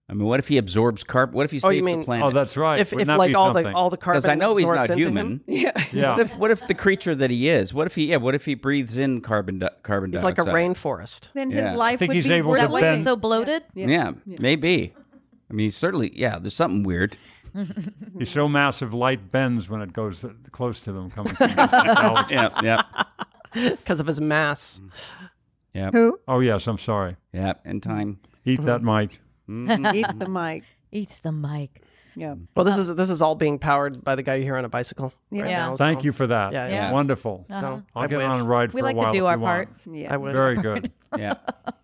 [SPEAKER 1] I mean, what if he absorbs carbon? What if he
[SPEAKER 2] Oh,
[SPEAKER 1] saves
[SPEAKER 2] you
[SPEAKER 1] the
[SPEAKER 2] mean-
[SPEAKER 1] planet?
[SPEAKER 6] Oh, that's right.
[SPEAKER 2] If,
[SPEAKER 6] Wouldn't
[SPEAKER 2] if
[SPEAKER 6] that be
[SPEAKER 2] like all the
[SPEAKER 6] something?
[SPEAKER 2] all the carbon
[SPEAKER 1] because I know he's
[SPEAKER 2] absorbs
[SPEAKER 1] not
[SPEAKER 2] into
[SPEAKER 1] human.
[SPEAKER 2] him,
[SPEAKER 1] What
[SPEAKER 6] yeah.
[SPEAKER 1] if what if the creature that he is? What if he? Yeah. What if he breathes in carbon di- carbon
[SPEAKER 2] he's like
[SPEAKER 1] dioxide?
[SPEAKER 2] a rainforest.
[SPEAKER 7] then
[SPEAKER 1] Yeah.
[SPEAKER 7] his life
[SPEAKER 6] I think
[SPEAKER 7] would
[SPEAKER 6] he's
[SPEAKER 7] be
[SPEAKER 6] able
[SPEAKER 7] worth
[SPEAKER 6] to
[SPEAKER 7] living.
[SPEAKER 6] bend-
[SPEAKER 4] So bloated.
[SPEAKER 1] Yeah, maybe. I mean, certainly. Yeah, there's something weird.
[SPEAKER 6] He's so massive, light bends when it goes uh, close to them. Coming. from the technology.
[SPEAKER 1] Yeah, yeah,
[SPEAKER 2] because of his mass.
[SPEAKER 6] Mm.
[SPEAKER 1] yeah,
[SPEAKER 3] who?
[SPEAKER 6] Oh yes, I'm sorry.
[SPEAKER 1] yeah. And time.
[SPEAKER 2] Mm-hmm.
[SPEAKER 6] Eat that mic.
[SPEAKER 7] Eat the mic.
[SPEAKER 4] Eat the mic.
[SPEAKER 7] Yeah.
[SPEAKER 2] Well, this is this is all being powered by the guy you hear on a bicycle. Right
[SPEAKER 4] Yeah.
[SPEAKER 2] now,
[SPEAKER 6] Thank you for that.
[SPEAKER 2] Yeah,
[SPEAKER 4] yeah. Uh-huh.
[SPEAKER 6] Wonderful.
[SPEAKER 2] So,
[SPEAKER 6] I'll
[SPEAKER 2] I
[SPEAKER 6] get
[SPEAKER 2] wish.
[SPEAKER 6] on a ride for
[SPEAKER 4] We
[SPEAKER 6] a
[SPEAKER 4] like
[SPEAKER 6] while.
[SPEAKER 4] to do
[SPEAKER 6] if
[SPEAKER 4] our
[SPEAKER 6] you want.
[SPEAKER 4] part.
[SPEAKER 2] I
[SPEAKER 7] Yeah.
[SPEAKER 2] wish.
[SPEAKER 6] Very good.
[SPEAKER 1] Yeah.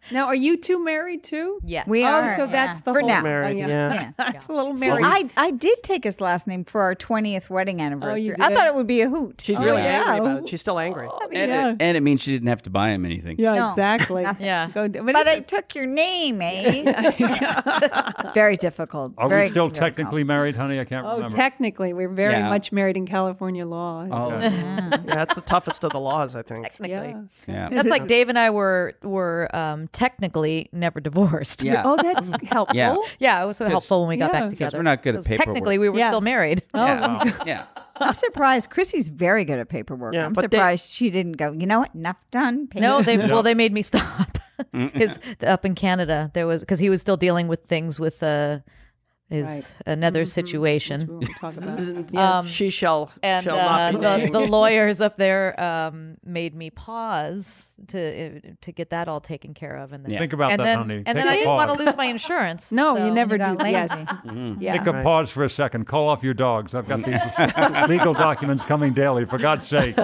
[SPEAKER 7] Now, are you two married too?
[SPEAKER 4] Yes.
[SPEAKER 3] We
[SPEAKER 7] Oh,
[SPEAKER 3] are
[SPEAKER 7] so that's
[SPEAKER 3] yeah.
[SPEAKER 7] the
[SPEAKER 3] for
[SPEAKER 7] whole- Oh,
[SPEAKER 3] now.
[SPEAKER 2] married.
[SPEAKER 7] yeah.
[SPEAKER 2] Yeah.
[SPEAKER 3] Yeah.
[SPEAKER 7] That's a little
[SPEAKER 3] Well,
[SPEAKER 7] married.
[SPEAKER 3] I I did take his last name for our twentieth wedding anniversary. I
[SPEAKER 7] did?
[SPEAKER 3] thought it would be a hoot.
[SPEAKER 4] Oh,
[SPEAKER 2] She's really
[SPEAKER 7] yeah.
[SPEAKER 2] angry about it. She's still angry.
[SPEAKER 1] And,
[SPEAKER 7] Yeah.
[SPEAKER 1] it, and it means she didn't have to buy him anything.
[SPEAKER 7] yeah,
[SPEAKER 3] No,
[SPEAKER 7] exactly.
[SPEAKER 4] Yeah.
[SPEAKER 7] Go, d- but
[SPEAKER 3] but I
[SPEAKER 7] it's-
[SPEAKER 3] took your name, eh? Very difficult.
[SPEAKER 6] Are
[SPEAKER 3] Very
[SPEAKER 6] we still
[SPEAKER 3] difficult.
[SPEAKER 6] technically married, honey? I can't
[SPEAKER 7] oh,
[SPEAKER 6] remember.
[SPEAKER 7] technically, we're very
[SPEAKER 1] Yeah.
[SPEAKER 7] much married in California law.
[SPEAKER 1] Oh,
[SPEAKER 7] It's-
[SPEAKER 2] yeah, that's the toughest of the laws, I think.
[SPEAKER 4] Technically.
[SPEAKER 7] yeah.
[SPEAKER 1] yeah.
[SPEAKER 4] That's like Dave and I were were um, technically never divorced.
[SPEAKER 1] Yeah.
[SPEAKER 7] Oh, that's helpful.
[SPEAKER 1] Yeah.
[SPEAKER 4] yeah, it was so helpful when we got
[SPEAKER 7] yeah.
[SPEAKER 4] back
[SPEAKER 7] 'Cause
[SPEAKER 4] together.
[SPEAKER 1] we're not good at
[SPEAKER 4] 'Cause
[SPEAKER 1] paperwork.
[SPEAKER 4] Technically, we were
[SPEAKER 7] Yeah.
[SPEAKER 4] still married.
[SPEAKER 1] yeah. yeah.
[SPEAKER 3] I'm surprised. Chrissy's very good at paperwork.
[SPEAKER 2] Yeah,
[SPEAKER 3] I'm
[SPEAKER 2] but they-
[SPEAKER 3] surprised she didn't go. You know what? Enough done. Pay
[SPEAKER 4] No, they well, they made me stop. his up in Canada, there was because he was still dealing with things with uh, his
[SPEAKER 7] Right.
[SPEAKER 4] another situation.
[SPEAKER 7] We won't talk about it.
[SPEAKER 2] Yes, she shall
[SPEAKER 4] and
[SPEAKER 2] shall not
[SPEAKER 4] uh,
[SPEAKER 2] be
[SPEAKER 4] the,
[SPEAKER 2] named.
[SPEAKER 4] the lawyers up there um, made me pause to uh, to get that all taken care of, and then
[SPEAKER 1] Yeah.
[SPEAKER 6] Think about
[SPEAKER 4] and
[SPEAKER 6] that,
[SPEAKER 4] then
[SPEAKER 6] honey.
[SPEAKER 4] and
[SPEAKER 6] Take
[SPEAKER 4] then
[SPEAKER 6] a
[SPEAKER 4] I didn't want
[SPEAKER 6] pause.
[SPEAKER 4] to lose my insurance.
[SPEAKER 7] No,
[SPEAKER 4] so-
[SPEAKER 7] you never
[SPEAKER 3] You got
[SPEAKER 7] do. Yes.
[SPEAKER 3] lazy.
[SPEAKER 7] Yeah.
[SPEAKER 6] Take a pause for a second. Call off your dogs. I've got these legal documents coming daily. For God's sake,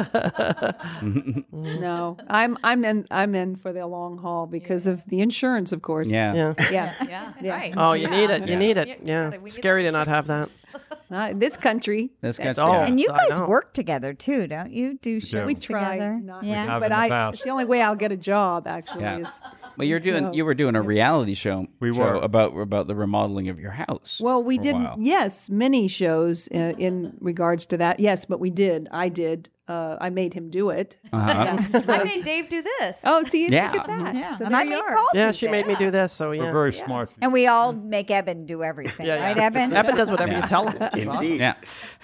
[SPEAKER 7] No, I'm I'm in I'm in for the long haul because of the insurance, of course.
[SPEAKER 1] Yeah.
[SPEAKER 2] yeah.
[SPEAKER 7] Yeah.
[SPEAKER 4] Yeah,
[SPEAKER 7] Yeah.
[SPEAKER 4] right.
[SPEAKER 2] Oh, you need it. You
[SPEAKER 1] Yeah.
[SPEAKER 2] need it.
[SPEAKER 4] Yeah.
[SPEAKER 2] Yeah.
[SPEAKER 4] We need
[SPEAKER 2] Scary to not have that.
[SPEAKER 7] Not in this country.
[SPEAKER 1] That's
[SPEAKER 7] That's
[SPEAKER 1] gonna-
[SPEAKER 2] all.
[SPEAKER 1] yeah.
[SPEAKER 3] And you
[SPEAKER 2] I
[SPEAKER 3] guys
[SPEAKER 2] don't.
[SPEAKER 3] work together too, don't you? Do shows
[SPEAKER 7] We try
[SPEAKER 3] together?
[SPEAKER 7] not
[SPEAKER 3] yeah.
[SPEAKER 7] to,
[SPEAKER 6] have
[SPEAKER 7] but
[SPEAKER 6] in the
[SPEAKER 7] I
[SPEAKER 6] past.
[SPEAKER 7] it's the only way I'll get a job actually
[SPEAKER 1] Yeah.
[SPEAKER 7] is
[SPEAKER 1] Well, you're doing
[SPEAKER 7] No.
[SPEAKER 1] you were doing a reality show.
[SPEAKER 6] We
[SPEAKER 1] show
[SPEAKER 6] were.
[SPEAKER 1] about about the remodeling of your house.
[SPEAKER 7] Well, we
[SPEAKER 1] for a while.
[SPEAKER 7] didn't. Yes, many shows uh, in regards to that. Yes, but we did. I did. Uh, I made him do it.
[SPEAKER 1] Uh-huh.
[SPEAKER 4] I made Dave do this.
[SPEAKER 7] Oh, see,
[SPEAKER 1] Yeah.
[SPEAKER 7] look at that.
[SPEAKER 3] Yeah.
[SPEAKER 7] So
[SPEAKER 3] and
[SPEAKER 7] there
[SPEAKER 3] I
[SPEAKER 7] you
[SPEAKER 3] made
[SPEAKER 7] are.
[SPEAKER 3] Paul
[SPEAKER 2] Yeah,
[SPEAKER 3] do
[SPEAKER 2] she
[SPEAKER 3] that.
[SPEAKER 2] made me do this, so yeah.
[SPEAKER 6] We're very smart.
[SPEAKER 3] And we all make Eben do everything,
[SPEAKER 2] yeah, yeah.
[SPEAKER 3] right, Eben?
[SPEAKER 2] Evan does whatever
[SPEAKER 1] Yeah.
[SPEAKER 2] you tell him. It's awesome.
[SPEAKER 5] Indeed.
[SPEAKER 1] Yeah.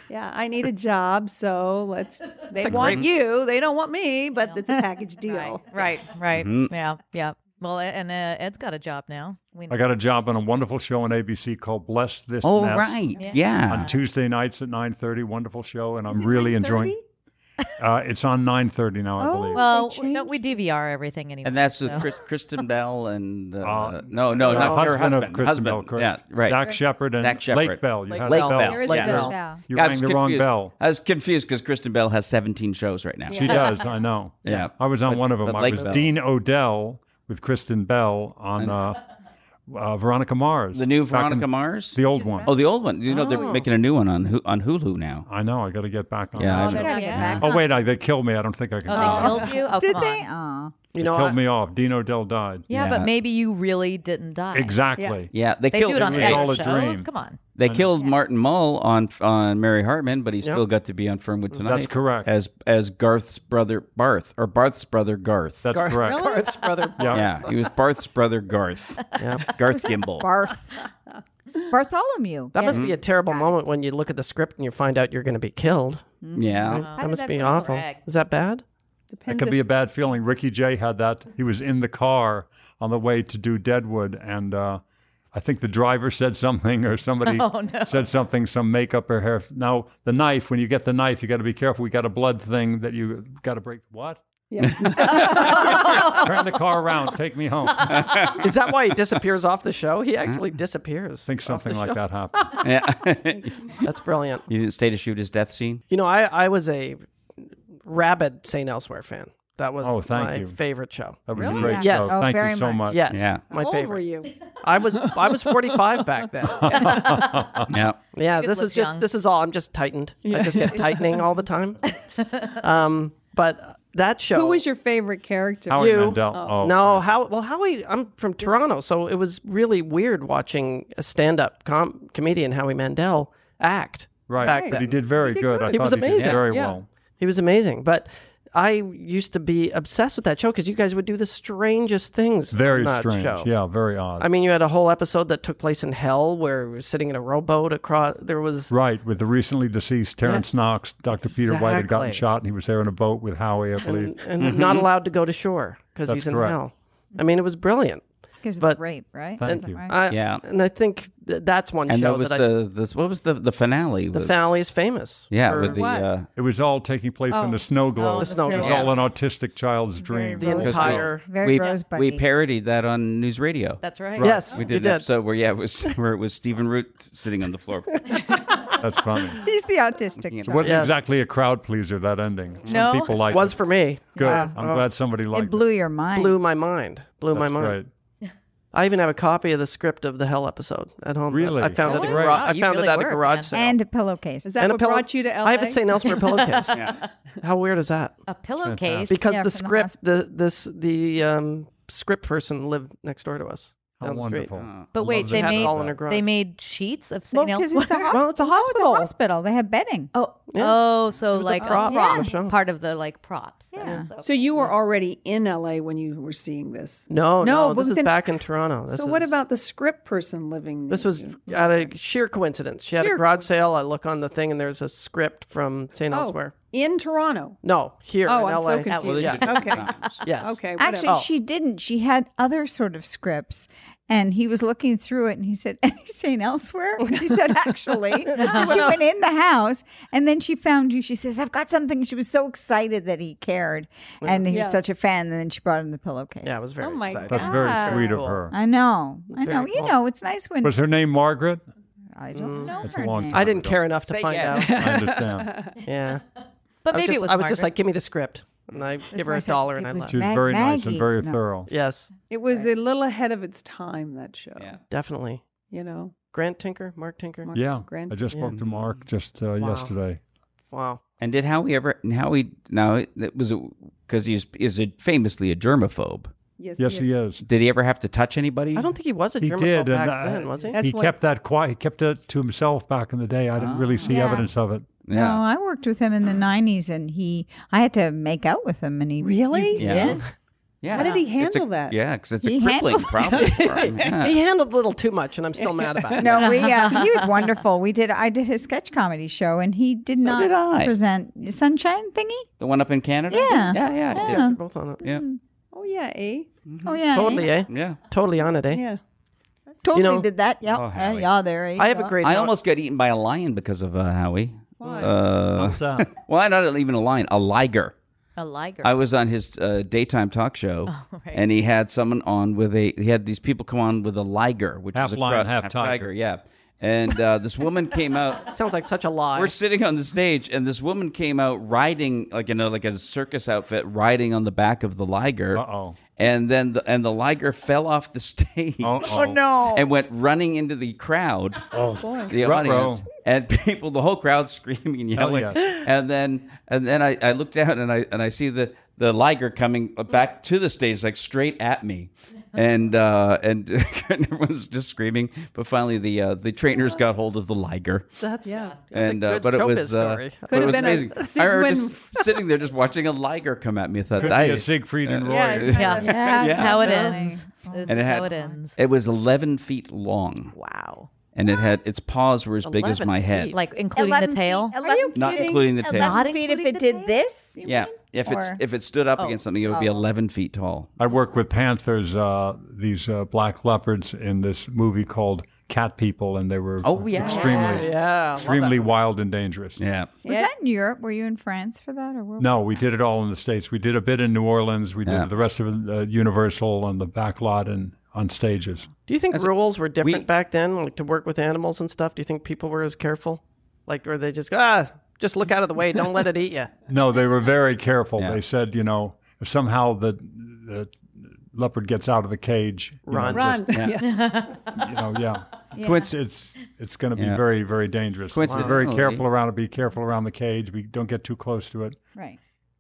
[SPEAKER 7] Yeah, I need a job, so let's. They
[SPEAKER 2] a
[SPEAKER 7] want
[SPEAKER 2] great-
[SPEAKER 7] you. They don't want me, but it's a package deal.
[SPEAKER 4] Right, right, right.
[SPEAKER 1] Mhm.
[SPEAKER 4] Yeah, yeah. Well, e- and uh, Ed's got a job now. We
[SPEAKER 6] I got a job on a wonderful show on ABC called Bless This
[SPEAKER 1] Oh
[SPEAKER 6] Nest
[SPEAKER 1] right.
[SPEAKER 4] Yeah.
[SPEAKER 1] Yeah.
[SPEAKER 6] on Tuesday nights at 9:30. Wonderful show, and I'm really enjoying. Uh, it's on 9:30 now, I
[SPEAKER 7] Oh.
[SPEAKER 6] believe.
[SPEAKER 4] well,
[SPEAKER 7] They
[SPEAKER 4] no,
[SPEAKER 7] changed
[SPEAKER 4] we DVR everything anyway.
[SPEAKER 1] And that's with
[SPEAKER 4] so.
[SPEAKER 1] Chris, Kristen Bell and uh,
[SPEAKER 6] Uh,
[SPEAKER 1] no, no,
[SPEAKER 6] The
[SPEAKER 1] not her
[SPEAKER 6] husband of
[SPEAKER 1] husband.
[SPEAKER 6] Kristen
[SPEAKER 1] husband.
[SPEAKER 6] Bell, correct.
[SPEAKER 1] yeah, right.
[SPEAKER 6] Dak Shepard and
[SPEAKER 1] Dak Shepard.
[SPEAKER 6] Lake Bell. You
[SPEAKER 2] Lake
[SPEAKER 6] had
[SPEAKER 2] Bell.
[SPEAKER 6] Bell.
[SPEAKER 2] There is a
[SPEAKER 6] You-
[SPEAKER 2] Bell.
[SPEAKER 3] Yeah.
[SPEAKER 6] You
[SPEAKER 1] I
[SPEAKER 6] rang the
[SPEAKER 1] was
[SPEAKER 6] wrong
[SPEAKER 1] confused.
[SPEAKER 6] bell.
[SPEAKER 1] I was confused because Kristen Bell has 17 shows right now.
[SPEAKER 6] She does. I know.
[SPEAKER 1] Yeah. Oh,
[SPEAKER 6] I was on
[SPEAKER 1] But-
[SPEAKER 6] one of them.
[SPEAKER 1] but
[SPEAKER 6] I
[SPEAKER 1] Lake
[SPEAKER 6] was
[SPEAKER 1] Bell.
[SPEAKER 6] Dean Odell with Kristen Bell on uh, uh, Veronica Mars.
[SPEAKER 1] The new
[SPEAKER 6] Back in-
[SPEAKER 1] Veronica Mars.
[SPEAKER 6] The old one.
[SPEAKER 1] oh, the old one. You know they're making a new one on Hu- on Hulu now.
[SPEAKER 6] I know. I got to get back on.
[SPEAKER 1] Yeah, I
[SPEAKER 6] that.
[SPEAKER 1] know.
[SPEAKER 3] We gotta get
[SPEAKER 4] Yeah.
[SPEAKER 3] back
[SPEAKER 6] Oh
[SPEAKER 3] on.
[SPEAKER 6] wait, I, they killed me. I don't think I can.
[SPEAKER 4] oh,
[SPEAKER 6] find
[SPEAKER 4] they
[SPEAKER 6] it.
[SPEAKER 4] killed you. Oh,
[SPEAKER 3] Did
[SPEAKER 4] come
[SPEAKER 3] they?
[SPEAKER 4] on.
[SPEAKER 3] Oh.
[SPEAKER 2] You
[SPEAKER 6] They
[SPEAKER 2] know,
[SPEAKER 6] killed
[SPEAKER 2] I-
[SPEAKER 6] me off. Dean Odell died.
[SPEAKER 4] Yeah,
[SPEAKER 1] Yeah.
[SPEAKER 4] but maybe you really didn't die.
[SPEAKER 6] Exactly.
[SPEAKER 1] Yeah, they,
[SPEAKER 4] They
[SPEAKER 1] killed
[SPEAKER 4] do it on
[SPEAKER 6] It was all
[SPEAKER 4] other
[SPEAKER 6] a
[SPEAKER 4] shows.
[SPEAKER 6] dream.
[SPEAKER 4] Come on.
[SPEAKER 1] They killed Martin Mull on on Mary Hartman, but he still got to be on Firmwood tonight.
[SPEAKER 6] correct.
[SPEAKER 1] As as Garth's brother Barth or Barth's brother Garth.
[SPEAKER 6] That's correct.
[SPEAKER 2] Garth's brother.
[SPEAKER 6] Yeah.
[SPEAKER 1] yeah, he was Barth's brother Garth. Garth Gimble.
[SPEAKER 3] Barth. Bartholomew.
[SPEAKER 2] That
[SPEAKER 3] Yeah.
[SPEAKER 6] Mm-hmm.
[SPEAKER 2] must be a terrible moment when you look at the script and you find out you're going to be killed.
[SPEAKER 1] yeah.
[SPEAKER 2] that must
[SPEAKER 4] that
[SPEAKER 2] be
[SPEAKER 4] feel?
[SPEAKER 2] awful.
[SPEAKER 4] Correct.
[SPEAKER 2] Is that bad?
[SPEAKER 6] It
[SPEAKER 7] Depends
[SPEAKER 6] could
[SPEAKER 7] if-
[SPEAKER 6] be a bad feeling. Ricky Jay had that. He was in the car on the way to do Deadwood, and uh, I think the driver said something, or somebody said something, some makeup or hair. Now the knife. When you get the knife, you got to be careful. We got a blood thing that you got to break. What? Turn the car around. Take me home. I
[SPEAKER 2] Is that why he disappears off the show? He actually disappears.
[SPEAKER 6] Hmm? think
[SPEAKER 2] off
[SPEAKER 6] something
[SPEAKER 2] the
[SPEAKER 6] like
[SPEAKER 2] show.
[SPEAKER 6] that happened.
[SPEAKER 1] yeah.
[SPEAKER 2] That's brilliant.
[SPEAKER 1] he didn't stay to shoot his death scene.
[SPEAKER 2] You know, I, I was a rabid St. Elsewhere fan. That was
[SPEAKER 6] Oh, thank
[SPEAKER 2] my
[SPEAKER 6] you. Uh,
[SPEAKER 2] favorite show.
[SPEAKER 6] That was a great
[SPEAKER 2] Yes.
[SPEAKER 6] show.
[SPEAKER 3] Oh,
[SPEAKER 6] Thank
[SPEAKER 3] very
[SPEAKER 6] you so
[SPEAKER 3] much.
[SPEAKER 6] much.
[SPEAKER 2] Yes.
[SPEAKER 1] Yeah.
[SPEAKER 2] My
[SPEAKER 7] How old
[SPEAKER 2] favorite.
[SPEAKER 7] were you?
[SPEAKER 2] I was I was 45 back then.
[SPEAKER 1] Yeah.
[SPEAKER 2] Yeah,
[SPEAKER 4] could
[SPEAKER 2] this
[SPEAKER 4] look
[SPEAKER 2] is just
[SPEAKER 4] young.
[SPEAKER 2] this is all. I'm just tightened. I just get tightening all the time. Um, but that show.
[SPEAKER 7] Who was your favorite character?
[SPEAKER 6] Howie
[SPEAKER 2] You-
[SPEAKER 6] Mandel. Oh,
[SPEAKER 2] No, how well Howie. I'm from Toronto, so it was really weird watching a stand-up com- comedian Howie Mandel act.
[SPEAKER 6] right.
[SPEAKER 2] back
[SPEAKER 6] But
[SPEAKER 2] then.
[SPEAKER 6] he did very
[SPEAKER 7] did
[SPEAKER 6] good.
[SPEAKER 7] good.
[SPEAKER 6] I
[SPEAKER 7] He
[SPEAKER 6] thought
[SPEAKER 2] was
[SPEAKER 6] he did
[SPEAKER 2] amazing.
[SPEAKER 6] very
[SPEAKER 7] Yeah.
[SPEAKER 6] well.
[SPEAKER 2] He was amazing, but I used to be obsessed with that show because you guys would do the strangest things.
[SPEAKER 6] Very
[SPEAKER 2] on that
[SPEAKER 6] strange.
[SPEAKER 2] Show.
[SPEAKER 6] Yeah. Very odd.
[SPEAKER 2] I mean, you had a whole episode that took place in hell where we were sitting in a rowboat across. There was
[SPEAKER 6] Right, with the recently deceased Terrence Knox, Dr. Peter White had gotten
[SPEAKER 2] Exactly.
[SPEAKER 6] shot, and he was there in a boat with Howie, I believe.
[SPEAKER 2] and not allowed to go to shore because
[SPEAKER 6] Mm-hmm. That's
[SPEAKER 2] he's in
[SPEAKER 6] correct.
[SPEAKER 2] hell. I mean, it was brilliant.
[SPEAKER 3] Because of
[SPEAKER 2] but-
[SPEAKER 3] the rape, right?
[SPEAKER 6] Thank
[SPEAKER 3] Is
[SPEAKER 6] you.
[SPEAKER 3] that right?
[SPEAKER 2] I,
[SPEAKER 1] Yeah.
[SPEAKER 2] and I think th- that's one
[SPEAKER 1] And
[SPEAKER 2] show
[SPEAKER 1] that was
[SPEAKER 2] that I,
[SPEAKER 1] the this what was the the finale?
[SPEAKER 2] the
[SPEAKER 1] was-
[SPEAKER 2] family is famous.
[SPEAKER 1] Yeah,
[SPEAKER 2] for
[SPEAKER 1] with the
[SPEAKER 7] What?
[SPEAKER 1] uh,
[SPEAKER 6] It was all taking place in a snow globe.
[SPEAKER 4] the
[SPEAKER 2] Oh. snow
[SPEAKER 6] It was
[SPEAKER 2] globe.
[SPEAKER 6] all an autistic child's dream.
[SPEAKER 2] the
[SPEAKER 3] Rose
[SPEAKER 2] entire.
[SPEAKER 3] Very
[SPEAKER 1] we
[SPEAKER 3] rosebud.
[SPEAKER 1] we parodied that on News Radio.
[SPEAKER 4] That's right.
[SPEAKER 2] Yes,
[SPEAKER 1] we
[SPEAKER 2] we
[SPEAKER 1] did an
[SPEAKER 2] you did.
[SPEAKER 1] episode where yeah it was where it was Stephen Root sitting on the floor.
[SPEAKER 6] That's funny.
[SPEAKER 3] He's the autistic
[SPEAKER 6] It
[SPEAKER 3] child.
[SPEAKER 6] wasn't
[SPEAKER 2] Yeah.
[SPEAKER 6] exactly a crowd pleaser, that ending. Some
[SPEAKER 4] No.
[SPEAKER 6] people like
[SPEAKER 2] was
[SPEAKER 6] it.
[SPEAKER 2] for me.
[SPEAKER 6] Good. I'm glad somebody liked
[SPEAKER 3] It blew your mind.
[SPEAKER 2] Blew my mind. Blew my
[SPEAKER 6] That's
[SPEAKER 2] mind.
[SPEAKER 6] great.
[SPEAKER 2] I even have a copy of the script of the Hell episode at home.
[SPEAKER 6] Really?
[SPEAKER 2] I found
[SPEAKER 6] Oh,
[SPEAKER 2] it. At a
[SPEAKER 6] wow,
[SPEAKER 2] garage. I
[SPEAKER 4] you
[SPEAKER 2] found
[SPEAKER 4] really
[SPEAKER 2] it at
[SPEAKER 4] were,
[SPEAKER 2] a garage
[SPEAKER 4] man.
[SPEAKER 2] sale.
[SPEAKER 3] and a pillowcase.
[SPEAKER 7] Is that
[SPEAKER 2] And a
[SPEAKER 7] what
[SPEAKER 2] pillow-
[SPEAKER 7] brought you to LA?
[SPEAKER 2] I have a St. Elsewhere pillowcase. How weird is that?
[SPEAKER 4] A pillowcase.
[SPEAKER 2] Because
[SPEAKER 3] Yeah,
[SPEAKER 2] the
[SPEAKER 3] from the
[SPEAKER 2] script, the, this the um, script person lived next door to us
[SPEAKER 6] How
[SPEAKER 2] down the
[SPEAKER 6] wonderful.
[SPEAKER 2] street.
[SPEAKER 4] But
[SPEAKER 6] I
[SPEAKER 4] wait,
[SPEAKER 6] love
[SPEAKER 4] they
[SPEAKER 6] that.
[SPEAKER 2] Had it
[SPEAKER 4] made-
[SPEAKER 2] all in her garage.
[SPEAKER 4] They made sheets of
[SPEAKER 3] Well,
[SPEAKER 4] St.
[SPEAKER 3] because
[SPEAKER 4] Elsewhere.
[SPEAKER 3] it's a hospital.
[SPEAKER 2] Well, it's a
[SPEAKER 3] Oh,
[SPEAKER 2] hospital.
[SPEAKER 3] it's a hospital. They have bedding.
[SPEAKER 4] Oh,
[SPEAKER 2] Yeah.
[SPEAKER 4] oh, so like
[SPEAKER 2] prop
[SPEAKER 4] yeah,
[SPEAKER 2] on the show.
[SPEAKER 4] part of the like props. then.
[SPEAKER 3] Yeah.
[SPEAKER 7] So you were already in LA when you were seeing this.
[SPEAKER 2] no,
[SPEAKER 7] No,
[SPEAKER 2] no,
[SPEAKER 7] but
[SPEAKER 2] this is
[SPEAKER 7] then-
[SPEAKER 2] back in Toronto. This
[SPEAKER 7] so what
[SPEAKER 2] is-
[SPEAKER 7] about the script person living?
[SPEAKER 2] This was out of sheer coincidence. She had a
[SPEAKER 7] Sheer
[SPEAKER 2] garage sale. I look on the thing, and there's a script from St. Elsewhere.
[SPEAKER 7] in Toronto.
[SPEAKER 2] No, here
[SPEAKER 7] Oh,
[SPEAKER 2] in
[SPEAKER 7] I'm so
[SPEAKER 2] LA.
[SPEAKER 7] confused.
[SPEAKER 1] Well, they
[SPEAKER 2] Yeah.
[SPEAKER 1] should Uh, do
[SPEAKER 7] Okay.
[SPEAKER 1] times.
[SPEAKER 2] Yes.
[SPEAKER 7] Okay. whatever.
[SPEAKER 3] Actually, she didn't. She had other sort of scripts, and he was looking through it, and he said, "Any Saint elsewhere?" And she said, "Actually." And she went in the house, and then she found you. She says, "I've got something." She was so excited that he cared, and he
[SPEAKER 7] Yeah.
[SPEAKER 3] was such a fan. And then she brought him the pillowcase.
[SPEAKER 2] Yeah, it was very
[SPEAKER 7] Oh my
[SPEAKER 2] exciting.
[SPEAKER 6] That's
[SPEAKER 7] God.
[SPEAKER 6] very sweet of
[SPEAKER 2] Cool.
[SPEAKER 6] her.
[SPEAKER 3] I know. I know.
[SPEAKER 2] Very
[SPEAKER 3] You
[SPEAKER 2] cool. mm,
[SPEAKER 3] know, it's nice when
[SPEAKER 6] Was her name Margaret?
[SPEAKER 3] I don't know
[SPEAKER 6] That's a
[SPEAKER 3] her
[SPEAKER 6] long
[SPEAKER 3] name.
[SPEAKER 2] I didn't care enough to
[SPEAKER 1] Say
[SPEAKER 2] find
[SPEAKER 1] yes.
[SPEAKER 2] out.
[SPEAKER 6] I understand.
[SPEAKER 2] Yeah. I
[SPEAKER 4] But
[SPEAKER 2] was
[SPEAKER 4] maybe
[SPEAKER 2] just-
[SPEAKER 4] it was.
[SPEAKER 2] I was just
[SPEAKER 4] Margaret.
[SPEAKER 2] like, give me the script, and I give her
[SPEAKER 3] why I
[SPEAKER 2] a
[SPEAKER 3] said
[SPEAKER 2] dollar, and
[SPEAKER 3] it
[SPEAKER 2] I
[SPEAKER 3] was
[SPEAKER 2] left.
[SPEAKER 6] She was
[SPEAKER 3] Mag-
[SPEAKER 6] very nice and
[SPEAKER 3] Maggie.
[SPEAKER 6] very
[SPEAKER 3] No.
[SPEAKER 6] thorough.
[SPEAKER 2] Yes,
[SPEAKER 7] it was a little ahead of its time that show.
[SPEAKER 1] Yeah.
[SPEAKER 2] definitely.
[SPEAKER 7] You know.
[SPEAKER 2] Grant Tinker, Mark Tinker.
[SPEAKER 7] Mark
[SPEAKER 6] Yeah,
[SPEAKER 7] Grant,
[SPEAKER 6] I just
[SPEAKER 7] yeah.
[SPEAKER 6] spoke to Mark just uh,
[SPEAKER 2] Wow.
[SPEAKER 6] yesterday.
[SPEAKER 2] Wow.
[SPEAKER 1] And did Howie ever? And Howie now that was because he's is a, famously a germaphobe.
[SPEAKER 7] Yes,
[SPEAKER 6] Yes,
[SPEAKER 7] he
[SPEAKER 6] he is.
[SPEAKER 1] Did he ever have to touch anybody?
[SPEAKER 2] I don't think he was a
[SPEAKER 6] He
[SPEAKER 2] germaphobe
[SPEAKER 6] did,
[SPEAKER 2] back
[SPEAKER 6] and uh,
[SPEAKER 2] then, was he?
[SPEAKER 3] That's
[SPEAKER 6] he
[SPEAKER 3] what-
[SPEAKER 6] kept that quiet. He kept it to himself back in the day. I didn't really see
[SPEAKER 2] Oh.
[SPEAKER 3] Yeah.
[SPEAKER 6] evidence of it.
[SPEAKER 3] No, I worked with him in the '90s, and he, I had to make out with him, and he
[SPEAKER 7] Really?
[SPEAKER 3] he
[SPEAKER 1] Yeah.
[SPEAKER 3] did.
[SPEAKER 1] Yeah.
[SPEAKER 7] How did he
[SPEAKER 1] It's a-
[SPEAKER 7] handle that?
[SPEAKER 1] Yeah, because it's
[SPEAKER 3] He
[SPEAKER 1] a crippling
[SPEAKER 3] handles-
[SPEAKER 1] problem for him. Yeah.
[SPEAKER 2] He handled a little too much, and I'm still mad about it.
[SPEAKER 3] No, we, uh, he was wonderful. We did. I did his sketch comedy show, and he did not
[SPEAKER 1] did I.
[SPEAKER 3] present Sunshine thingy.
[SPEAKER 1] The one up in Canada?
[SPEAKER 3] Yeah.
[SPEAKER 1] Yeah, yeah. I did.
[SPEAKER 2] Yeah, we're both on it.
[SPEAKER 1] Yeah.
[SPEAKER 7] Oh yeah, eh?
[SPEAKER 3] Oh yeah,
[SPEAKER 2] Totally, eh?
[SPEAKER 1] Yeah.
[SPEAKER 2] Totally on it, eh?
[SPEAKER 7] Yeah.
[SPEAKER 3] totally
[SPEAKER 2] know-
[SPEAKER 3] did that. Yep.
[SPEAKER 1] Oh,
[SPEAKER 3] Uh,
[SPEAKER 1] Howie.
[SPEAKER 3] yeah, there. you
[SPEAKER 2] I have
[SPEAKER 3] go.
[SPEAKER 2] a great.
[SPEAKER 1] I
[SPEAKER 2] note.
[SPEAKER 1] almost got eaten by a lion because of uh, Howie.
[SPEAKER 7] Why?
[SPEAKER 1] Uh,
[SPEAKER 8] What's that?
[SPEAKER 1] well, not even a lion, a liger.
[SPEAKER 4] A liger.
[SPEAKER 1] I was on his uh, daytime talk show,
[SPEAKER 3] Oh,
[SPEAKER 1] and he had someone on with a. He had these people come on with a liger, which
[SPEAKER 8] Half
[SPEAKER 1] is a
[SPEAKER 8] lion,
[SPEAKER 1] cro-
[SPEAKER 8] half tiger.
[SPEAKER 1] Yeah, and uh, this woman came out.
[SPEAKER 2] sounds like such a lie.
[SPEAKER 1] We're sitting on the stage, and this woman came out riding, like you know, like a circus outfit, riding on the back of the liger.
[SPEAKER 6] Uh-oh.
[SPEAKER 1] And then the, and the liger fell off the stage.
[SPEAKER 3] Oh no. Oh,
[SPEAKER 1] And went running into the crowd, the
[SPEAKER 6] Ruh-roh.
[SPEAKER 1] audience, and people, the whole crowd screaming and
[SPEAKER 6] Hell
[SPEAKER 1] yelling. And then and then I, I look down and I and I see the the liger coming back to the stage, like straight at me, and uh, and everyone's just screaming. But finally, the uh, the trainers got hold of the liger
[SPEAKER 2] That's
[SPEAKER 7] Yeah.
[SPEAKER 1] and
[SPEAKER 2] a
[SPEAKER 1] uh,
[SPEAKER 2] good
[SPEAKER 1] but it
[SPEAKER 2] showbiz
[SPEAKER 1] was uh,
[SPEAKER 2] story.
[SPEAKER 1] but
[SPEAKER 7] Could
[SPEAKER 1] it
[SPEAKER 7] have
[SPEAKER 1] was
[SPEAKER 7] been a
[SPEAKER 1] amazing. I
[SPEAKER 7] Sigmund-
[SPEAKER 1] remember just sitting there just watching a liger come at me. I thought
[SPEAKER 6] Could
[SPEAKER 1] I,
[SPEAKER 6] be a Siegfried and Roy.
[SPEAKER 7] Yeah,
[SPEAKER 6] It-
[SPEAKER 4] yeah.
[SPEAKER 3] Yeah,
[SPEAKER 4] That's how it
[SPEAKER 3] definitely.
[SPEAKER 4] ends. That's
[SPEAKER 1] And it
[SPEAKER 4] how
[SPEAKER 1] had-
[SPEAKER 4] it ends.
[SPEAKER 1] it was eleven feet long.
[SPEAKER 4] Wow.
[SPEAKER 1] And it had its paws were as big as
[SPEAKER 2] 11
[SPEAKER 1] my head.
[SPEAKER 2] feet.
[SPEAKER 4] Like including the
[SPEAKER 3] 11
[SPEAKER 4] tail.
[SPEAKER 3] feet- 11
[SPEAKER 1] Not
[SPEAKER 3] feet-
[SPEAKER 1] including the tail.
[SPEAKER 3] 11
[SPEAKER 4] Not
[SPEAKER 3] feet if
[SPEAKER 4] including
[SPEAKER 3] it
[SPEAKER 4] the
[SPEAKER 3] did
[SPEAKER 4] tail?
[SPEAKER 3] this? you
[SPEAKER 1] yeah,
[SPEAKER 3] mean?
[SPEAKER 1] if it's
[SPEAKER 3] Or-
[SPEAKER 1] if it stood up against something, it would be eleven feet tall.
[SPEAKER 6] I work with panthers, uh, these uh, black leopards, in this movie called Cat People, and they were
[SPEAKER 1] Oh, yeah.
[SPEAKER 6] extremely,
[SPEAKER 2] yeah.
[SPEAKER 6] extremely wild and dangerous.
[SPEAKER 1] Yeah,
[SPEAKER 3] was that in Europe? Were you in France for that, or where?
[SPEAKER 6] No, we did it all in the states. We did a bit in New Orleans. We did
[SPEAKER 1] Yeah.
[SPEAKER 6] the rest of it, uh, Universal on the back lot and on stages.
[SPEAKER 2] Do you think rules were different
[SPEAKER 1] we-
[SPEAKER 2] back then, like to work with animals and stuff? Do you think people were as careful? Like, or they just ah, just look out of the way, don't let it eat you.
[SPEAKER 6] No, they were very careful.
[SPEAKER 1] Yeah.
[SPEAKER 6] They said, you know, if somehow the, the leopard gets out of the cage, you
[SPEAKER 2] Run.
[SPEAKER 6] know,
[SPEAKER 7] Run. Yeah.
[SPEAKER 6] just- you know, yeah.
[SPEAKER 3] Yeah.
[SPEAKER 6] Coinc- it's it's going to be
[SPEAKER 1] Yeah.
[SPEAKER 6] very very dangerous. We're very
[SPEAKER 1] Coincidentally-
[SPEAKER 6] careful around it. Be careful around the cage. We don't get too close to it.
[SPEAKER 3] Right.